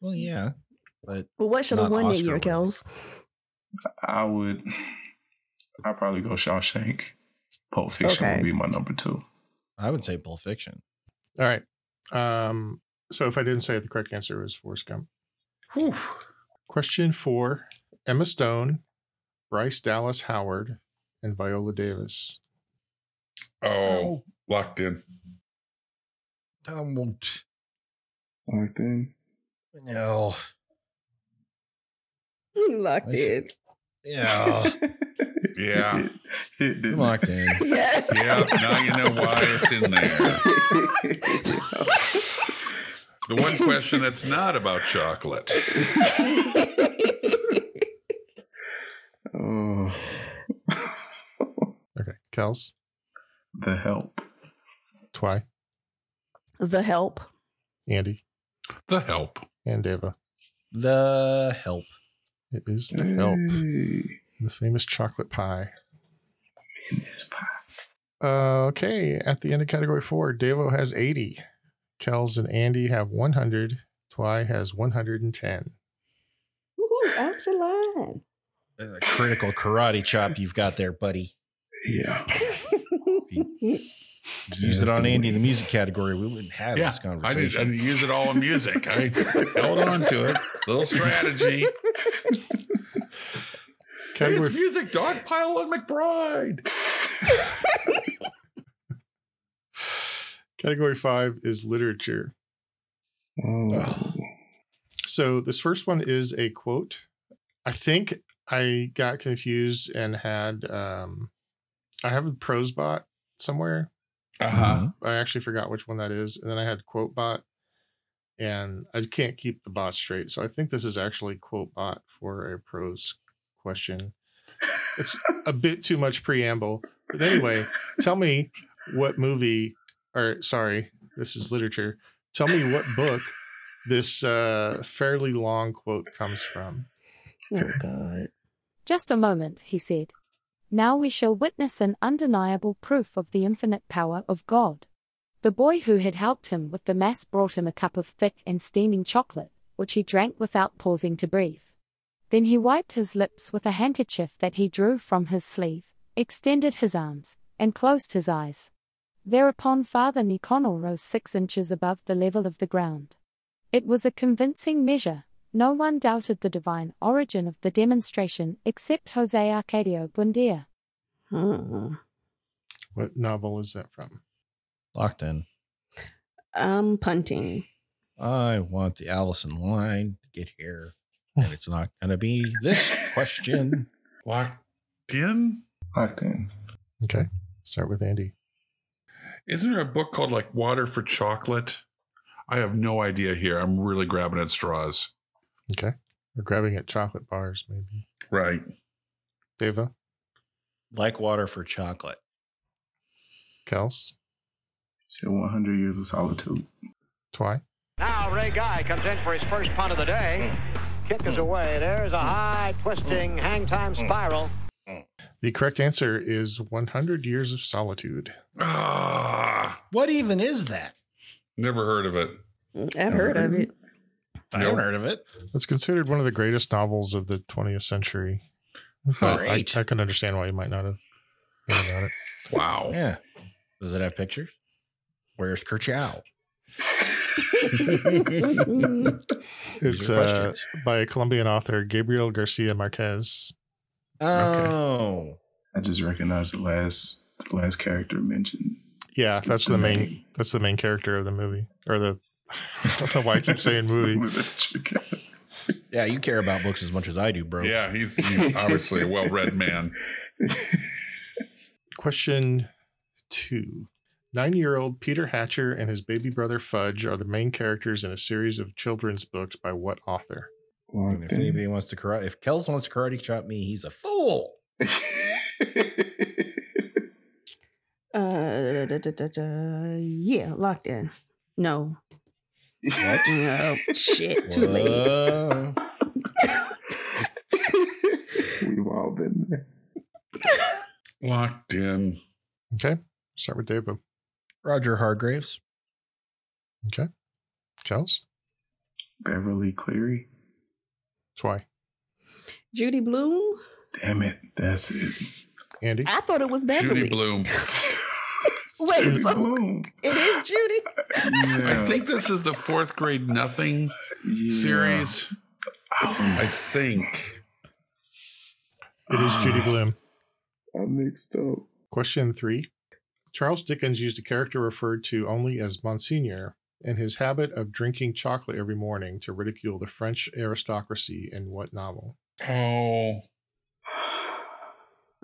Well, yeah, but
Well, what should have
Not
won that
Oscar
year,
worthy.
Kels?
I would I'd probably go Shawshank. Pulp Fiction
Okay.
would be my number two.
I would say Pulp Fiction.
All right. Um, so if I didn't say it, the correct answer was Forrest Gump. Question four Emma Stone, Bryce Dallas Howard, and Viola Davis.
Oh, locked in.
Um, well, t-
Locked in.
no,
Locked
I
in.
yeah,
Yeah.
It, it
I'm
didn't.
locked in.
Yes.
Yeah, now you know why it's in there. The one question that's not about chocolate.
oh.
Okay, Kels,
the help.
Twy,
the help.
Andy,
The help.
and Deva.
The help.
It is the help,
Hey.
the famous chocolate pie.
In this pie.
Uh, okay, at the end of category four, Devo has 80. Kels and Andy have 100. Twy has 110.
Woohoo, I'm still on.
A critical karate chop you've got there, buddy.
Yeah.
Oh,
Use it
Just
on
the
Andy,
way-
the music category. We wouldn't have
Yeah,
this
I didn't,
conversation.
I didn't use it all in music. I held on to it. Little strategy. Hey,
Category,
it's music, dog pile on McBride.
category five is literature.
Oh.
So this first one is a quote. I think I got confused and had, um, I have a prose bot somewhere.
Uh
Uh-huh.
I actually forgot which one that is. And then I had quote bot. and I can't keep the bot straight. So I think this is actually quote bot for a prose question. It's a bit too much preamble. But anyway, tell me what movie or sorry, this is literature. Tell me what book this uh fairly long quote comes from.
Oh, God.
Just a moment, he said. Now we shall witness an undeniable proof of the infinite power of God. The boy who had helped him with the mass brought him a cup of thick and steaming chocolate, which he drank without pausing to breathe. Then he wiped his lips with a handkerchief that he drew from his sleeve, extended his arms, and closed his eyes. Thereupon Father Nikonor rose six inches above the level of the ground. It was a convincing measure. No one doubted the divine origin of the demonstration except Jose Arcadio Buendia.
Hmm.
What novel is that from?
Locked in.
I'm punting.
I want the Allison line to get here, and it's not going to be this question.
Locked in?
Locked in.
Okay. Start with Andy.
Isn't there a book called like Water for Chocolate? I have no idea here. I'm really grabbing at straws.
Okay. We're grabbing at chocolate bars, maybe.
Right.
Deva,
Like water for chocolate.
Kels,
Say 100 years of solitude.
Twy.
Now Ray Guy comes in for his first punt of the day. Kick is away. There's a high twisting hang time spiral.
The correct answer is 100 Years of Solitude.
Ah,
What even is that?
never heard of it.
I've heard of it.
I haven't heard of it.
It's considered one of the greatest novels of the 20th century. But I,
Great.
I can understand why you might not have known about it.
Wow.
Yeah. Does it have pictures? Where's Kerchow? These
It's
are
uh,
questions.
by a Colombian author, Gabriel Garcia Marquez.
uh,
Oh.
I just recognized the last the last character mentioned.
Yeah, that's the main.
name.
That's the main character of the movie, or the. I don't know why I keep saying movie.
Yeah, you care about books as much as I do, bro.
Yeah, he's, he's obviously a well read man.
Question two. Nine year old Peter Hatcher and his baby brother Fudge are the main characters in a series of children's books by what author?
And if anybody wants to karate, if Kels wants to karate chop me, he's a fool.
Uh, da, da, da, da, da. Yeah, locked in. No. No. Shit. Too late.
Whoa.
We've all been there.
Locked in.
Okay, start with Dave.
Roger Hargraves.
Okay, Kels,
Beverly Cleary.
Twy,
Judy Bloom.
Damn it, that's it.
Andy.
I thought it was
Judy
Beverly.
Bloom.
Wait,
Judy
so-
Blume.
It is Judy.
Yeah.
I think this is the fourth grade nothing
Yeah. Hmm.
series. I
I,
think.
It is Judy Bloom.
I mixed up.
Question three. Charles Dickens used a character referred to only as Monsignor in his habit of drinking chocolate every morning to ridicule the French aristocracy in what novel?
Oh,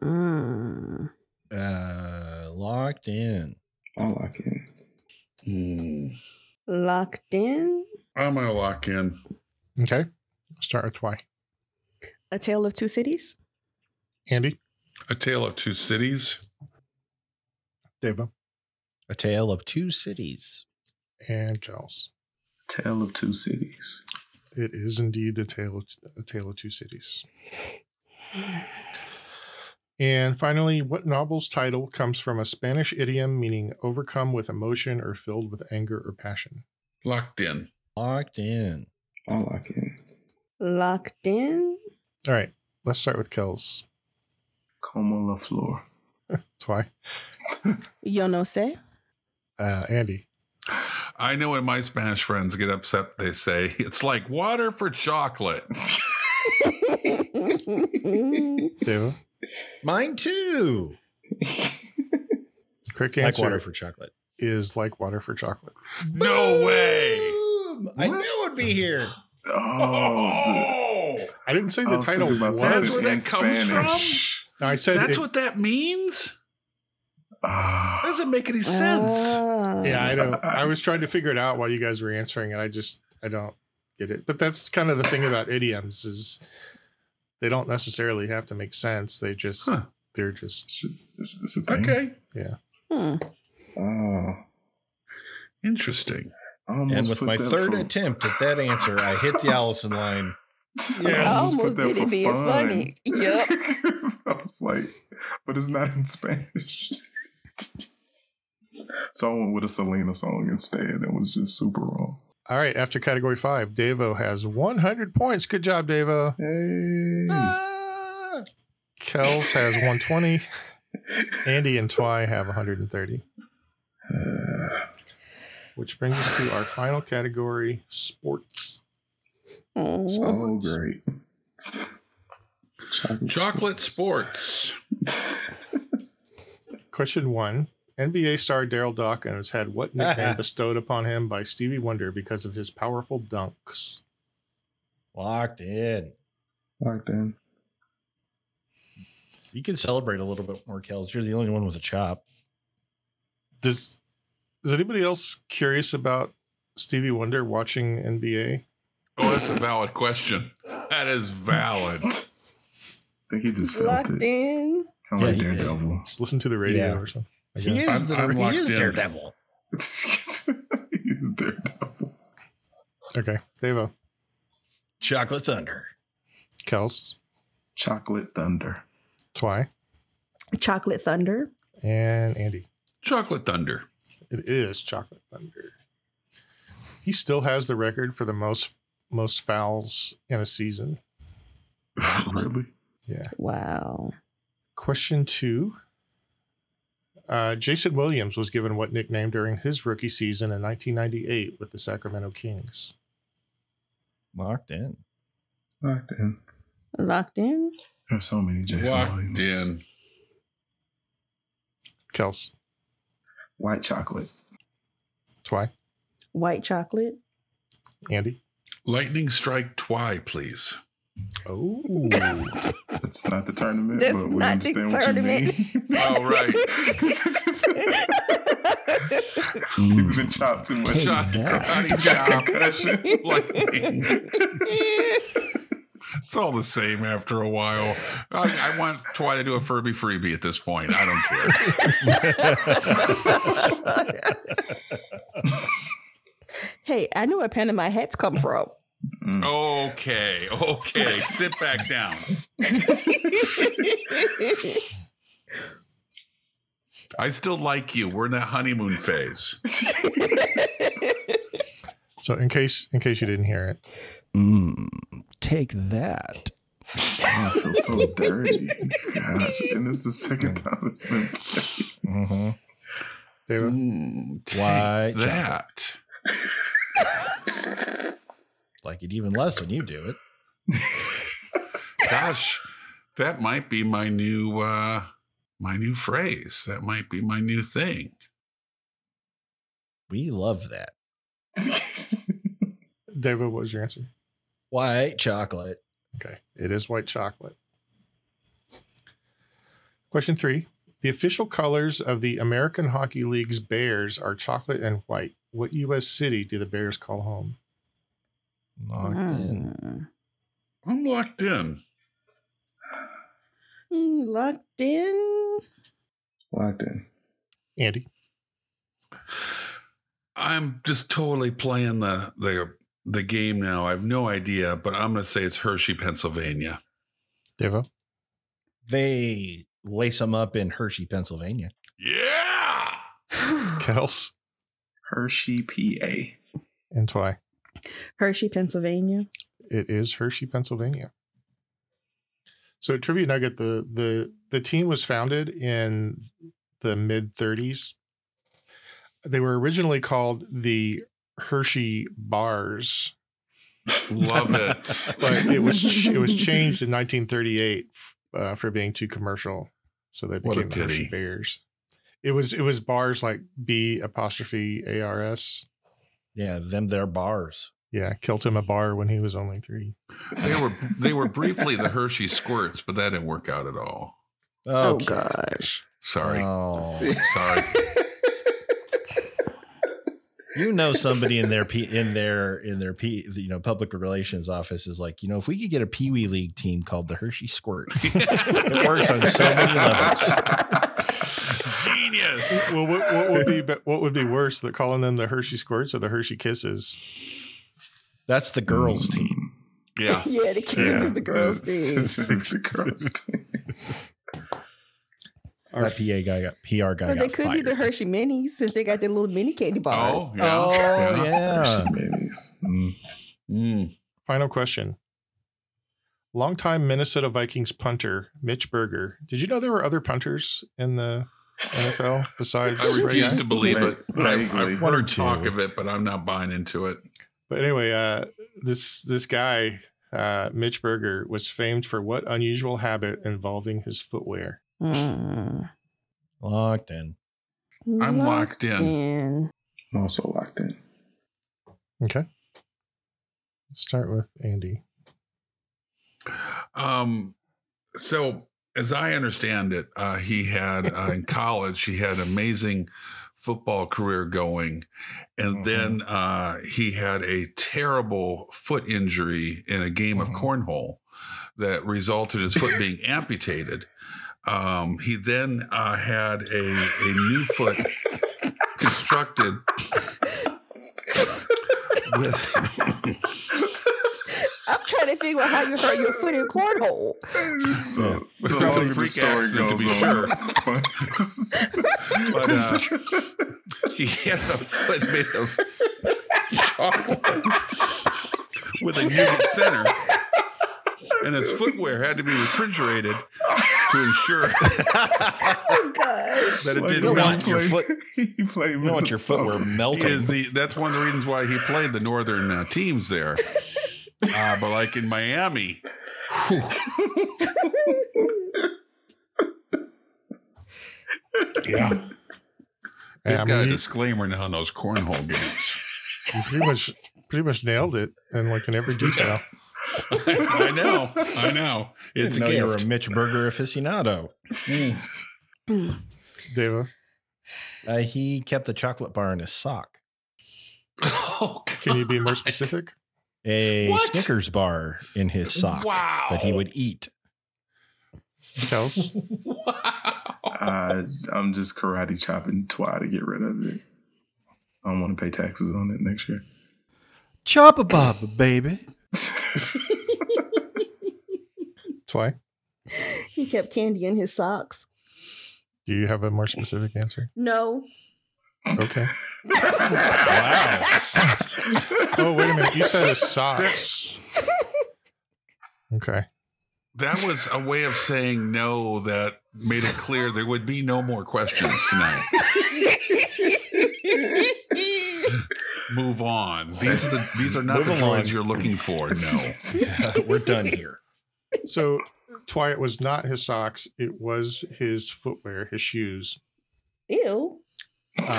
Mm.
Uh, locked in.
I like it.
Locked in.
I'm going to lock in.
Okay, start with Twy.
A Tale of Two Cities.
Andy,
A Tale of Two Cities.
Deva,
A tale of two cities.
and Kels.
Tale of Two Cities.
It is indeed the tale of, a tale of two cities. And finally, what novel's title comes from a Spanish idiom meaning overcome with emotion or filled with anger or passion?
Locked in.
Locked in.
I like it.
Locked in.
All right, let's start with Kells.
Como La Flor.
Twy,
Yo no sé.
uh, Andy,
I know when my Spanish friends get upset, they say, it's like water for chocolate.
Deva.
Mine too.
The correct
Like
answer
water for chocolate.
is like water for chocolate.
No way.
Boom! I knew it'd be here.
Oh, dude.
I didn't say
I
the
was
title
thinking about
was.
something
That's where that
in
comes
Spanish.
No, I said
That's
it-
what that means?
Ah,
Doesn't make any sense.
Uh, Ah.
Yeah, I don't. I was trying to figure it out while you guys were answering, and I just I don't get it. But that's kind of the thing about idioms is they don't necessarily have to make sense. They just
Huh.
they're just
It's, it's a thing.
Okay.
yeah.
Hmm.
Oh,
Interesting.
I almost
And with
put
my
that
third
for-
attempt at that answer, I hit the Allison line.
I
Yeah.
almost put
Almost
that
did it
for
being
fun.
funny. Yep.
I was like, but it's not in Spanish. so I went with a Selena song instead. It was just super wrong.
All right, after category five, Devo has 100 points. Good job, Devo.
Hey.
Ah! Kels has 120. Andy and Twy have 130. Which brings us to our final category sports.
Oh, great. Chocolate.
Chocolate sports.
Question one NBA star Daryl Dawkins had what nickname bestowed upon him by Stevie Wonder because of his powerful dunks?
Locked in.
Locked in.
You can celebrate a little bit more, Kels. You're the only one with a chop.
Does is anybody else curious about Stevie Wonder watching NBA?
Oh, that's a valid question. That is valid.
I think he just felt
Locked
it.
in.
Kind of like
Yeah, he did.
Daredevil.
Just listen to the radio
Yeah.
or something. I
He
guess.
is,
I'm-
the,
I'm locked
he is
in.
Daredevil.
He's Daredevil.
Okay. Devo.
Chocolate Thunder.
Kels.
Chocolate Thunder.
Twy.
Chocolate Thunder.
And Andy.
Chocolate thunder.
It is Chocolate Thunder. He still has the record for the most most fouls in a season.
really?
Yeah.
Wow.
Question two. Uh, Jason Williams was given what nickname during his rookie season in 1998 with the Sacramento Kings?
Locked in.
Locked in.
Locked in.
There's so many Jason
Locked
Williams.
in.
Kels,
White chocolate.
Twy,
White chocolate.
Andy.
Lightning strike twy, please.
Oh,
That's not the tournament,
That's
but we
not the
understand what you mean.
Oh, right.
He's been chopped too much.
Shot karate chop. Lightning. It's all the same after a while. I, I want Twy to do a Furby freebie at this point. I don't care.
hey, I know where Panda my hats come from.
Okay, okay. Sit back down. I still like you. We're in that honeymoon phase.
so in case in case you didn't hear it,
take that.
I feel so dirty. Gosh. And this is the second time it's been
Mm-hmm.
David,
Mm-hmm. Mm,
Why
that?
Like it even less when you do it.
Gosh, that might be my new uh my new phrase. That might be my new thing.
We love that.
David, what was your answer?
White chocolate.
Okay. It is white chocolate. Question three. The official colors of the American Hockey League's Bears are chocolate and white. What U.S. city do the Bears call home?
Locked in.
Hmm.
I'm locked in.
Mm, Locked in.
locked in.
Andy.
I'm just totally playing the the the game now. I have no idea, but I'm gonna say it's Hershey, Pennsylvania.
Devo.
They lace them up in Hershey, Pennsylvania.
Yeah.
Kels.
Hershey, PA.
And Twy.
Hershey, Pennsylvania.
It is Hershey, Pennsylvania. So at Trivia Nugget, the the the team was founded in the mid 30s. They were originally called the Hershey Bars.
Love it.
but it was ch- it was changed in 1938 uh, for being too commercial, so they
What a
became the Hershey
pity.
Bears. It was it was bars like B apostrophe A R S.
Yeah, them their bars.
Yeah, killed him a bar when he was only three.
They were they were briefly the Hershey squirts, but that didn't work out at all.
Oh
Okay.
gosh.
Sorry.
Oh.
Sorry.
You know somebody in their P, in their in their P, you know public relations office is like you know if we could get a Pee Wee League team called the Hershey Squirt, it works on so many levels.
Genius.
Well, what, what would be be- what would be worse than calling them the Hershey Squirts or the Hershey Kisses?
That's the girls team.
Yeah.
Yeah, the kisses is the girls'
that's-
thing.
it's the girls' thing.
Our PA guy got PR guy got
But they could be
fired.
the Hershey minis since they got their little mini candy bars.
Oh, yeah.
oh
Hershey
yeah.
Minis. Mm.
Mm.
Final question. Longtime Minnesota Vikings punter Mitch Berger. Did you know there were other punters in the NFL besides
I
Ray
refuse
Guy?
to believe it. I've,
Vaguely.
I've
One or
heard
two.
talk of it, but I'm not buying into it.
But anyway, uh, this this guy uh, Mitch Berger was famed for what unusual habit involving his footwear?
Mm.
Locked in.
I'm locked in.
in.
I'm also locked in.
Okay. Start with Andy.
Um, so as I understand it, uh, he had uh, in college he had amazing football career going,
Mhm.
and then uh, he had a terrible foot injury in a game
Mhm.
of cornhole that resulted in his foot being amputated. Um, he then uh, had a, a new foot constructed with
I'm trying to figure out how you hurt your foot in cornhole.
So, the
Yeah. It's a
longer the
freak
story
accident, to
goes
be
on,
sure.
but-
But, uh, he had a foot made of chocolate with a nude center, and his footwear had to be refrigerated to ensure
Oh, gosh.
that it
Like,
didn't
don't
melt.
want your
play-
foot-
He played
You don't want your footwear
Minnesota.
He
melting.
is the, that's one of the reasons why he played the northern uh, teams there. Uh, but like in Miami, whew, yeah,
Yeah,
they've
I
got a
mean, you-
disclaimer now on those cornhole games.
you pretty much pretty much nailed it in like in every detail.
I know, I know. It's
Didn't
a
know you were
gift.
a Mitch Berger aficionado.
Deva,
Uh, he kept the chocolate bar in his sock.
Oh,
can you be more specific?
A
What? Uh,
Snickers bar in his sock
Wow.
that he would eat.
Kels?
Uh, I'm just karate chopping twi to get rid of it. I don't want to pay taxes on it next year.
Chopper Bob, baby.
Twy,
He kept candy in his socks.
do you have a more specific answer?
No.
Okay.
Wow.
Oh wait a minute, you said his socks. Okay.
That was a way of saying no that made it clear there would be no more questions tonight. Move on. These are the these are not
Move
the
along.
droids you're looking for. No.
Uh, we're done here.
So Twy, it was not his socks, it was his footwear, his shoes.
Ew.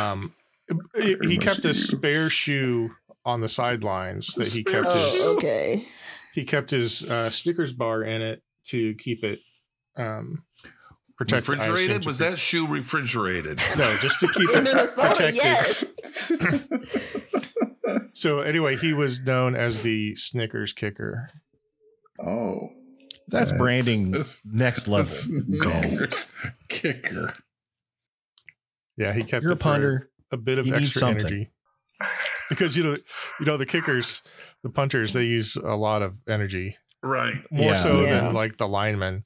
Um he, he kept a spare shoe on the sidelines that he kept his
Oh, okay.
he kept his uh, Snickers bar in it to keep it um, protected. I assume,
refrigerated?
to
Was
pre-
that shoe refrigerated?
no? Just to keep
In
it
Minnesota,
protected.
yes.
So anyway, he was known as the Snickers kicker.
oh,
That's branding next level.
Gold kicker.
Yeah, he kept
You're a
it for
punter.
a bit of
You need
extra
something.
energy because you know you know the kickers, the punters, they use a lot of energy
Right.
more
Yeah.
so
Yeah.
than like the linemen.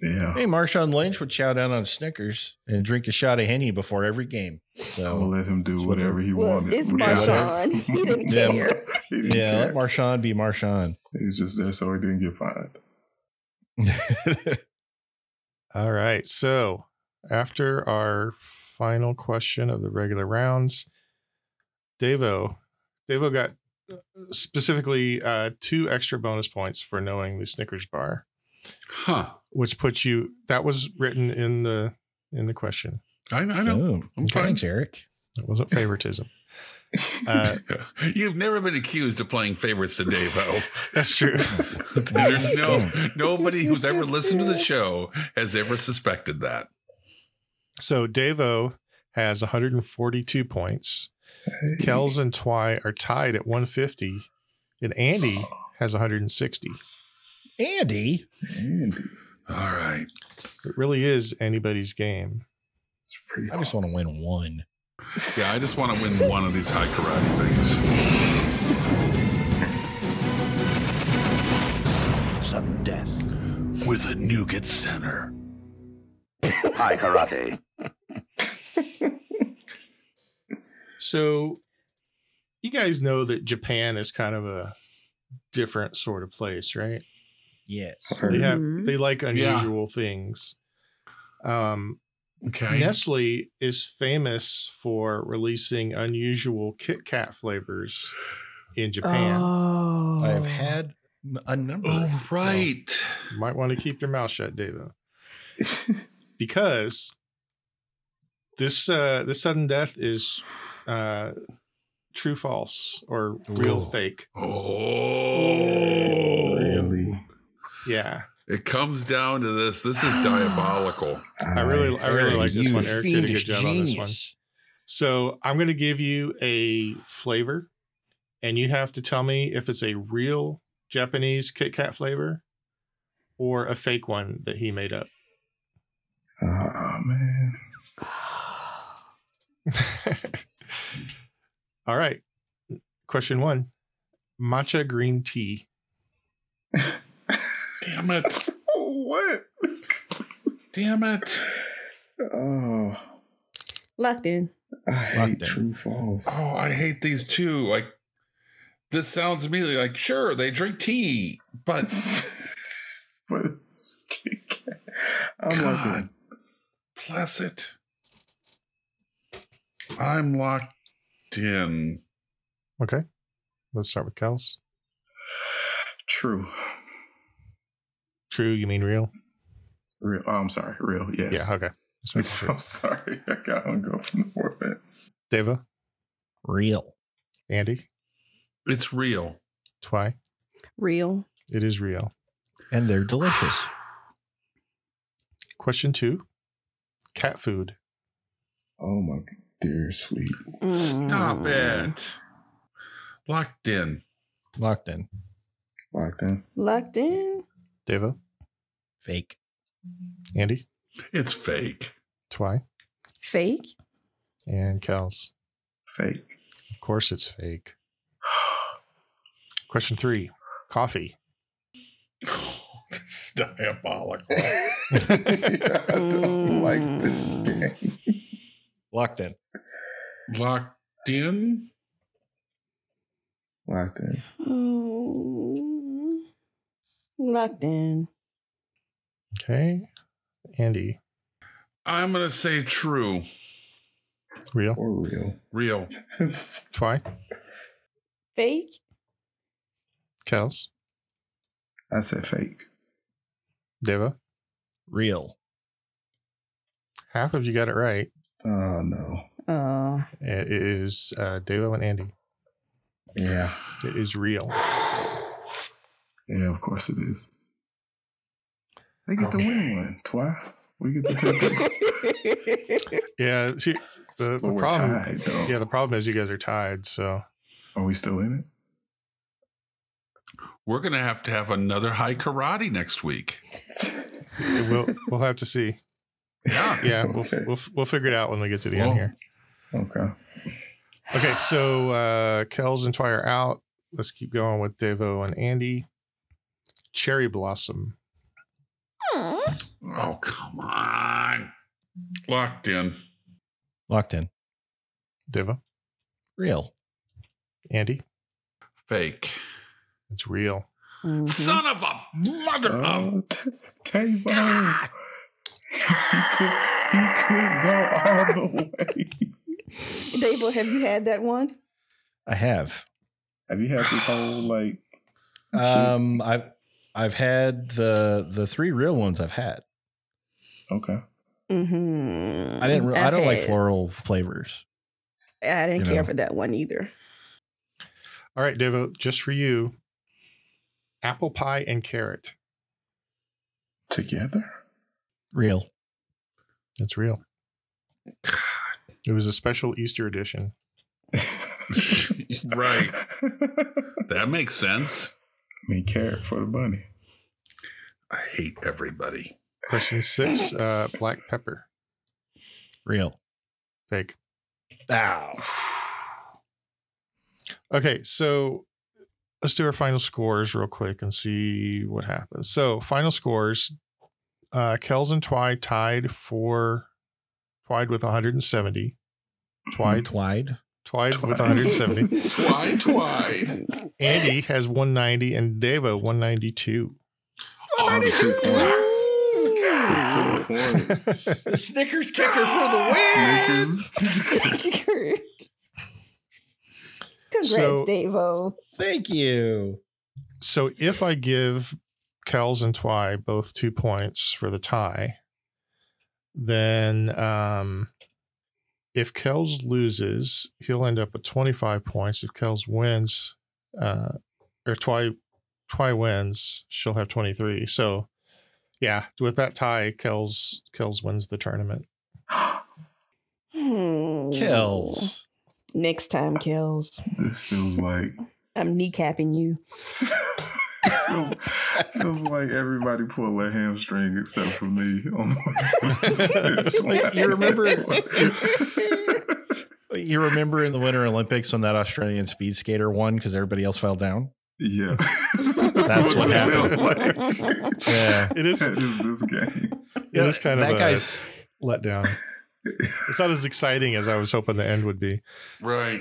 yeah.
Hey, Marshawn Lynch would chow down on Snickers and drink a shot of Henny before every game.
I'm gonna
So,
let him do
That's what
whatever he
Well,
wanted.
it's
without
Marshawn.
us.
He didn't
Yeah.
care.
He didn't
yeah, let
care.
Marshawn be Marshawn.
He was just there so he didn't get fined.
All right. So after our final question of the regular rounds, Devo, Devo got uh, specifically uh, two extra bonus points for knowing the Snickers bar,
Huh.
which puts you. That was written in the in the question.
I, I know.
Oh, thanks, Eric.
It wasn't favoritism. Uh,
You've never been accused of playing favorites to Davo.
that's true.
There's no nobody who's ever listened to the show has ever suspected that.
So Davo has 142 points. Kells and Twy are tied at 150, and Andy has 160.
Andy.
Andy.
All right.
It really is anybody's game.
I just want to win one.
Yeah, I just want to win one of these high karate things.
Sudden death.
With a nougat center.
High karate.
So, you guys know that Japan is kind of a different sort of place, right?
Yes.
They have
Mhm.
they like
Yeah.
unusual things. Um,
Okay.
Nestle is famous for releasing unusual Kit Kat flavors in Japan.
Oh.
I have had a number.
Oh, right.
You might want to keep your mouth shut, David, because this uh, this sudden death is uh, true false or real
Ooh.
fake.
Oh.
Really?
Yeah,
It comes down to this. This is diabolical.
I really I really like this
You
one. Eric did a good
fiendish
job on this one.
genius.
So I'm going to give you a flavor, and you have to tell me if it's a real Japanese Kit Kat flavor or a fake one that he made up.
Ah man.
All right. Question one Matcha green tea.
Damn it.
what?
Damn it.
Oh,
Locked in.
I hate
Lockdown.
true false.
Oh, I hate these two. Like, this sounds immediately like, sure, they drink tea, but
but it's Kit Kat. I'm
God bless it. I'm locked in.
Okay. Let's start with Kels.
True.
True, you mean real?
Real. Oh, I'm sorry. Real. Yes.
Yeah, okay. Just making sure.
I'm sorry. I got hung up from the word.
Deva,
Real.
Andy,
It's real.
Twy,
Real.
it is real.
And they're delicious.
Question two Cat food.
Oh my dear sweet.
Stop
Mm.
it. Locked in.
Locked in.
Locked in.
Locked in.
Deva,
Fake.
Andy,
It's fake.
Twy,
Fake.
and Kels.
Fake.
Of course it's fake. Question three Coffee.
This is diabolical.
yeah, I don't like this game.
Locked in.
Locked in?
Locked in.
Mm. Locked in.
Okay. Andy,
I'm going to say true.
real.
Or real.
Real.
It's
Twy,
Fake.
Kels,
I said fake.
Deva.
Real.
Half of you got it right.
Oh no.
Oh.
It is uh, Deva and Andy.
Yeah.
It is real.
Yeah, of course it is. They get to win one, Twy. We get to take it.
Yeah. See, the, the
But we're
problem.
tied though.
Yeah, the problem is you guys are tied. So
Are we still in it?
We're going to have to have another high karate next week.
it- we'll we'll have to see.
Yeah.
Yeah, we'll
okay.
we'll, we'll figure it out when we get to the
Well-
end here.
okay.
Okay, so uh, Kells and Twy are out. Let's keep going with Devo and Andy. Cherry blossom.
Oh, come on. Locked in.
Locked in.
Devo,
Real.
Andy,
Fake.
it's real.
Mhm.
Son of a mother of.
Oh, t- Tavon. He could, he could go all the way.
Dable, have you had that one?
I have.
Have you had this whole like?
Um, I've I've had the the three real ones I've had.
Okay.
Mm-hmm.
I didn't. Re- I don't like
Florida.
floral flavors.
I didn't
you
care
know.
for that one either.
All right, Devo, just for you. Apple pie and carrot.
Together.
Real.
That's real. It was a special Easter edition.
right. That makes sense.
I mean, carrot for the bunny.
I hate everybody.
Question six: uh, Black pepper,
real,
fake.
Ow.
Okay, so let's do our final scores real quick and see what happens. So final scores: uh, Kells and Twy tied for Twide with 170. Twide,
Twide.
Twide with 170.
Twine, twine.
Andy has 190 and Deva 192.
All the two points. The two points.
The Snickers kicker for the win.
Congrats,
So-
Davo.
Thank you.
So if I give Kells and Twy both two points for the tie, then um, if Kells loses, he'll end up with 25 points. If Kells wins, uh, or Twy, Twy wins, she'll have 23. So yeah, with that tie, Kells Kells wins the tournament.
Hmm.
Kills.
Next time, Kells.
This feels like
I'm kneecapping you.
feels, feels like everybody pulled a hamstring except for me. On
Wait, you remember- You remember in the Winter Olympics when that Australian speed skater won because everybody else fell down?
Yeah, that's,
That's what
this
happened.
feels like.
Yeah.
It is
That is this game.
it is kind of
that
a
guy's
letdown. It's not as exciting as I was hoping the end would be.
Right.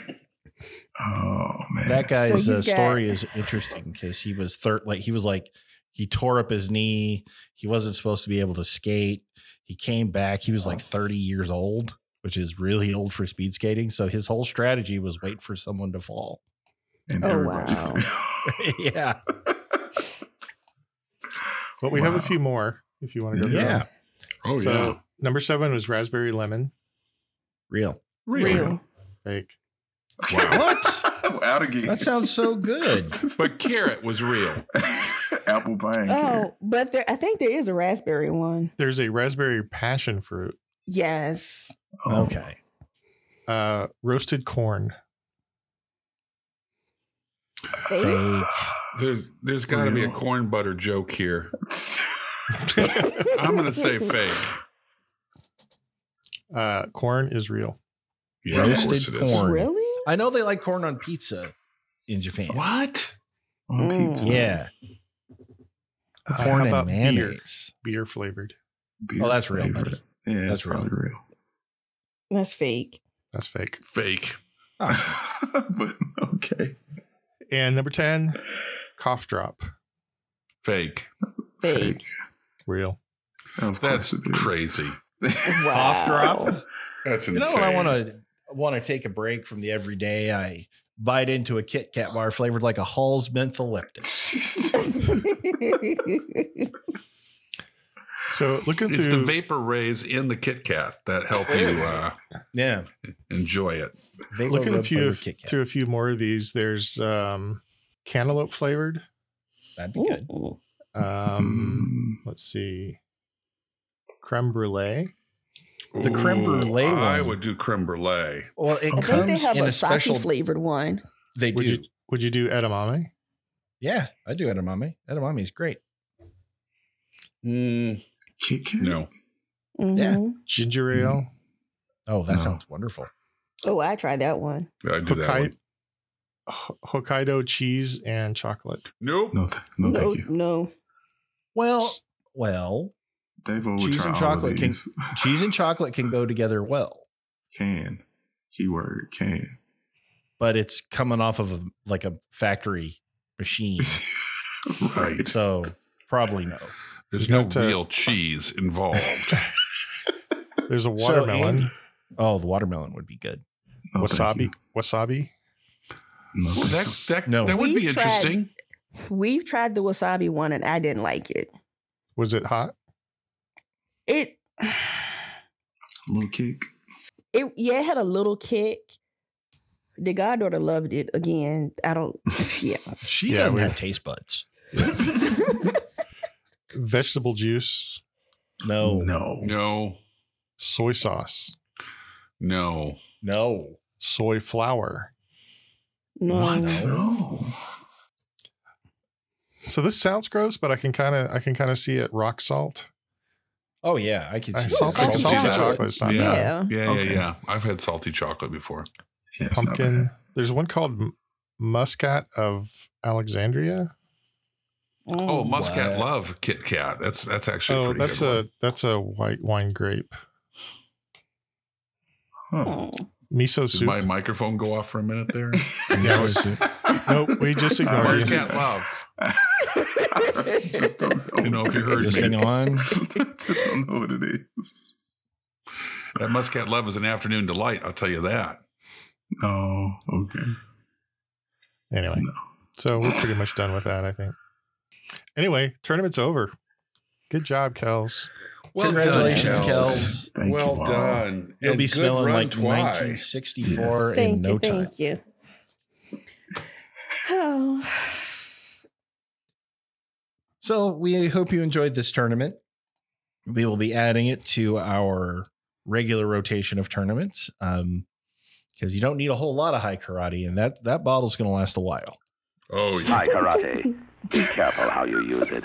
Oh man,
that guy's
you
uh,
got-
story is interesting because he was third like he was like he tore up his knee he wasn't supposed to be able to skate he came back he was like 30 years old which is really old for speed skating so his whole strategy was wait for someone to fall
and
Oh,
everybody.
wow.
yeah
But we have a
Wow.
few more if you want to go.
Yeah.
through.
yeah
Oh,
so
yeah.
number seven was raspberry lemon.
real
Real.
Fake.
what
Out again.
that sounds so good
But carrot was real.
Apple pie. And
Oh, but there I think there is a raspberry one.
There's a raspberry passion fruit.
Yes.
Oh,
okay
Uh, roasted corn.
Baby.
There's there's got to be a
Real.
corn butter joke here. I'm gonna say fake.
Uh, corn is real.
Yeah, of course
Roasted
it is.
corn.
Really?
i know they like corn on pizza in japan
What?
on
Mm.
pizza.
yeah
Uh, how
corn
about
and
beer?
mayonnaise
Beer flavored.
Beer
oh that's real
favorite.
buddy
Yeah,
That's
that's
real.
probably real.
That's fake.
That's fake.
Fake.
but okay,
And number ten, cough drop.
Fake.
Fake.
Real.
Of
That's
course it is.
crazy.
Wow.
Cough drop
That's
You
insane.
know when I want to want to take a break from the everyday, I bite into a Kit Kat bar flavored like a Hall's menthol leptin.
So looking
It's the
through
vapor rays in the Kit Kat that help you uh,
Yeah,
enjoy it.
they
look at a few of,
Kit Kat.
through a few more of these. There's um, cantaloupe flavored.
That'd be good.
Ooh.
Um,
Hmm.
let's see, creme brulee.
The creme brulee
Ooh, I
one.
would do creme brulee.
Well, it
I think they
comes
have
in
a
a
sake
special.
flavored one.
they do.
Would you would you do edamame?
yeah, I do edamame. Edamame is great.
Mm.
Kit Kat.
No.
Yeah.
Mhm.
Hmm.
Ginger ale.
Oh, that
No.
sounds wonderful.
Oh, I tried that one.
I do that one.
Hokkaido, H- Hokkaido cheese and chocolate.
Nope.
No, th- no,
no,
Oh, thank you.
no.
Well, well,
They've over
Cheese and chocolate can- cheese and chocolate can go together well,
can keyword can.
but it's coming off of a, like a factory machine,
Right.
so probably no.
There's
You
no
got, uh,
real cheese involved.
There's a
So,
watermelon,
Andy- oh, the watermelon would be good.
No, Oh, thank
wasabi,
you.
wasabi.
No,
Well,
thank
that that,
No.
that would be
We've tried-
interesting.
We've tried the wasabi one and I didn't like it.
Was it hot?
It
you. little kick.
it yeah, it had a little kick. The goddaughter loved it again. I don't yeah.
She
Yeah,
doesn't
we-
have taste buds.
Vegetable juice,
No,
No,
No.
soy sauce.
No.
No.
Soy flour.
No.
What?
No.
So this sounds gross, but I can kind of I can kind of see it. Rock salt.
Oh yeah, I can
Uh,
see
salt-
that.
I can see
salted
that.
chocolate is not
Yeah.
bad.
Yeah, yeah,
Okay.
yeah. I've had salty chocolate before.
Yeah, it's not
Pumpkin.
bad.
There's one called M- Muscat of Alexandria.
Oh, Muscat
what?
Love Kit Kat. That's that's actually a
Oh,
pretty
that's
good.
a
one.
that's a white wine grape
Huh.
miso
Did
soup.
my microphone go off for a minute there?
Yes. nope, we just ignored you.
Muscat Love.
just don't know.
You know,
what
if you
it
heard
is.
me.
just don't know what it is.
That Muscat Love is an afternoon delight. I'll tell you that.
No. Okay.
Anyway,
No.
so we're pretty much done with that, I think. Anyway, tournament's over. Good job, Kels.
Well done,
Congratulations,
Kels.
Kels.
Thank
well
you, Mom.
done.
You'll
And
be
good
smelling
run,
like
Twi.
1964
Yes.
in
Thank
no
you.
time.
Thank you. Oh,
So we hope you enjoyed this tournament. We will be adding it to our regular rotation of tournaments because you don't need a whole lot of high karate, and that that bottle's going to last a while.
Oh, yeah.
High karate. Be careful how you use it.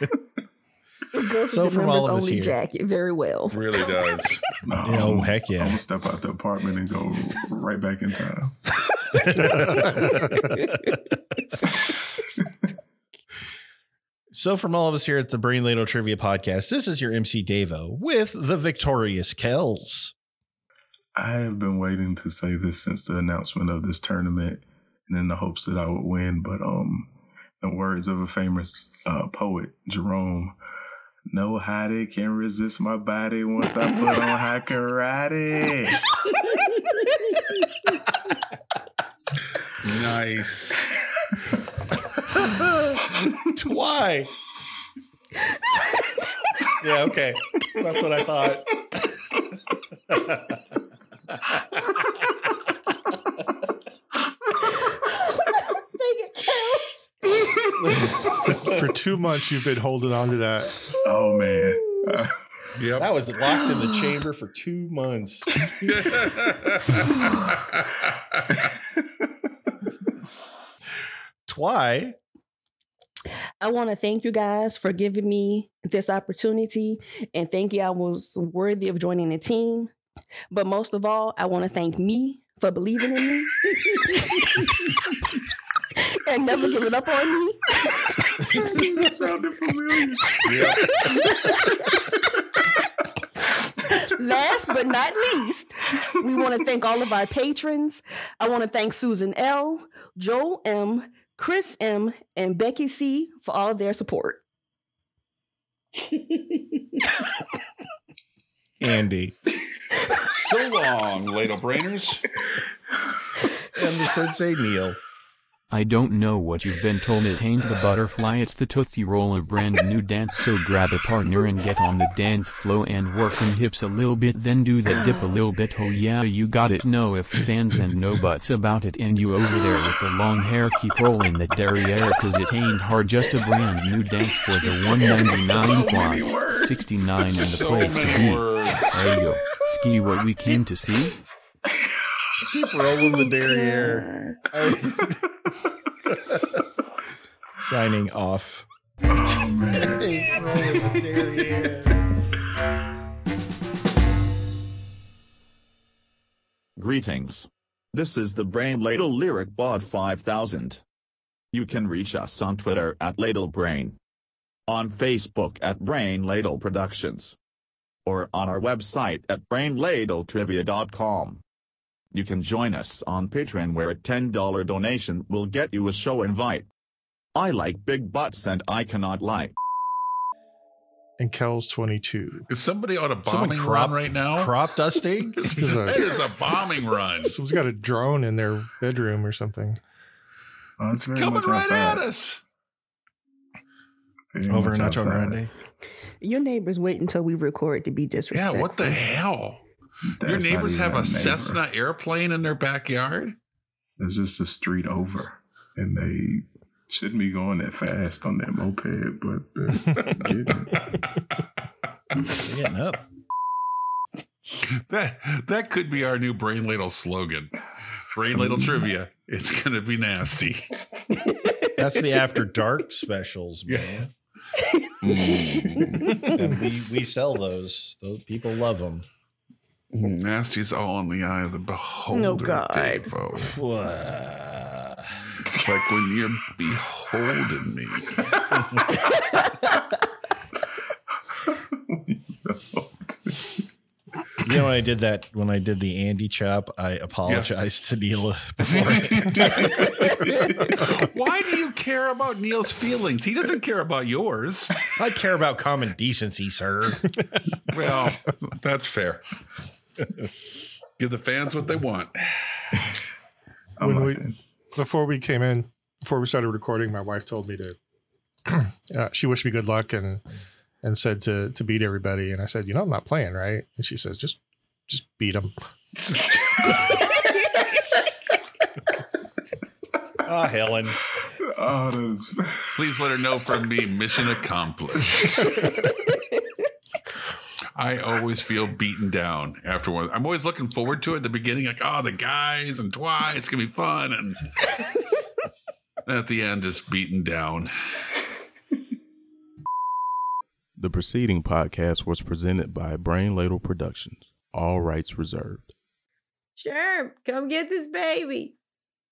it goes
So
with the
from all
members
of us
only
here-
jacket very well.
really does.
No,
Yeah, oh, heck yeah.
I'm gonna step out the apartment and go right back in time.
So, from all of us here at the Brain Ladle Trivia Podcast, this is your MC Davo with the victorious Kells.
I have been waiting to say this since the announcement of this tournament, and in the hopes that I would win. But um, the words of a famous uh, poet, Jerome. No hottie can resist my body once I put on high karate.
Nice.
Why? yeah, okay. That's what I thought.
For two months, you've been holding on to that.
Oh man.
Yep.
That was locked in the chamber for two months. Twy.
I want to thank you guys for giving me this opportunity and thank you. I was worthy of joining the team. But most of all, I want to thank me for believing in me and never giving up on me.
that sounded familiar.
Yep.
Last but not least, we want to thank all of our patrons. I want to thank Susan L., Joel M., Chris M., and Becky C. for all their support.
Andy.
So long, ladle brainers.
And the Sensei Neil.
I don't know what you've been told it ain't the butterfly it's the Tootsie Roll a brand new dance so grab a partner and get on the dance flow and work them hips a little bit then do the dip a little bit oh yeah you got it no ifs ands and no buts about it and you over there with the long hair keep rolling the derriere cause it ain't hard just a brand new dance for the 199 quad 69 in the
So
place to
many
be
words.
there you go ski what we came to see
Keep rolling the derriere. Signing off.
Greetings. This is the Brain Ladle Lyric Bod 5000. You can reach us on Twitter at Ladle Brain, on Facebook at Brain Ladle Productions, or on our website at brainladletrivia.com. You can join us on Patreon where a $10 donation will get you a show invite. I like big butts and I cannot lie.
And Kells 22.
Is somebody on a
Someone
bombing
crop-
run right now?
Crop dusting?
This
is
is
a-
a, that is a bombing run.
Someone's got a drone in their bedroom or something.
Oh, it's very
Coming
much
right
outside.
at us.
Very
Over
much
Nacho
outside.
Grande.
Your neighbors wait until we record to be
Yeah,
disrespectful.
what the hell?
That's
Your
not
neighbors
even
have a
neighbor.
Cessna airplane in their backyard?
It's just a street over, and they shouldn't be going that fast on that moped, but they're getting it.
You're getting up.
that that could be our new brain ladle slogan. Brain ladle trivia. It's gonna be nasty.
That's the after dark specials, man. and we we sell those. Those people love them.
Nasty's all in the eye of the beholder.
Oh, God.
Davo. It's like when you're beholding me.
You know, when I did that, when I did the Andy chop, I apologized to Neela. Before
Why do you care about Neil's feelings? He doesn't care about yours.
I care about common decency, sir.
Well, that's fair. Give the fans what they want.
when we, before we came in, before we started recording, my wife told me to. uh, she wished me good luck and and said to to beat everybody. And I said, you know, I'm not playing, right? And she says, just just beat them.
Ah, Helen.
Oh, that is.
Please let her know from me mission accomplished. I always feel beaten down after one. I'm always looking forward to it at the beginning, like, oh, the guys and twi, it's gonna be fun. And at the end, just beaten down.
The preceding podcast was presented by Brain Ladle Productions. All rights reserved.
Sure, come get this baby.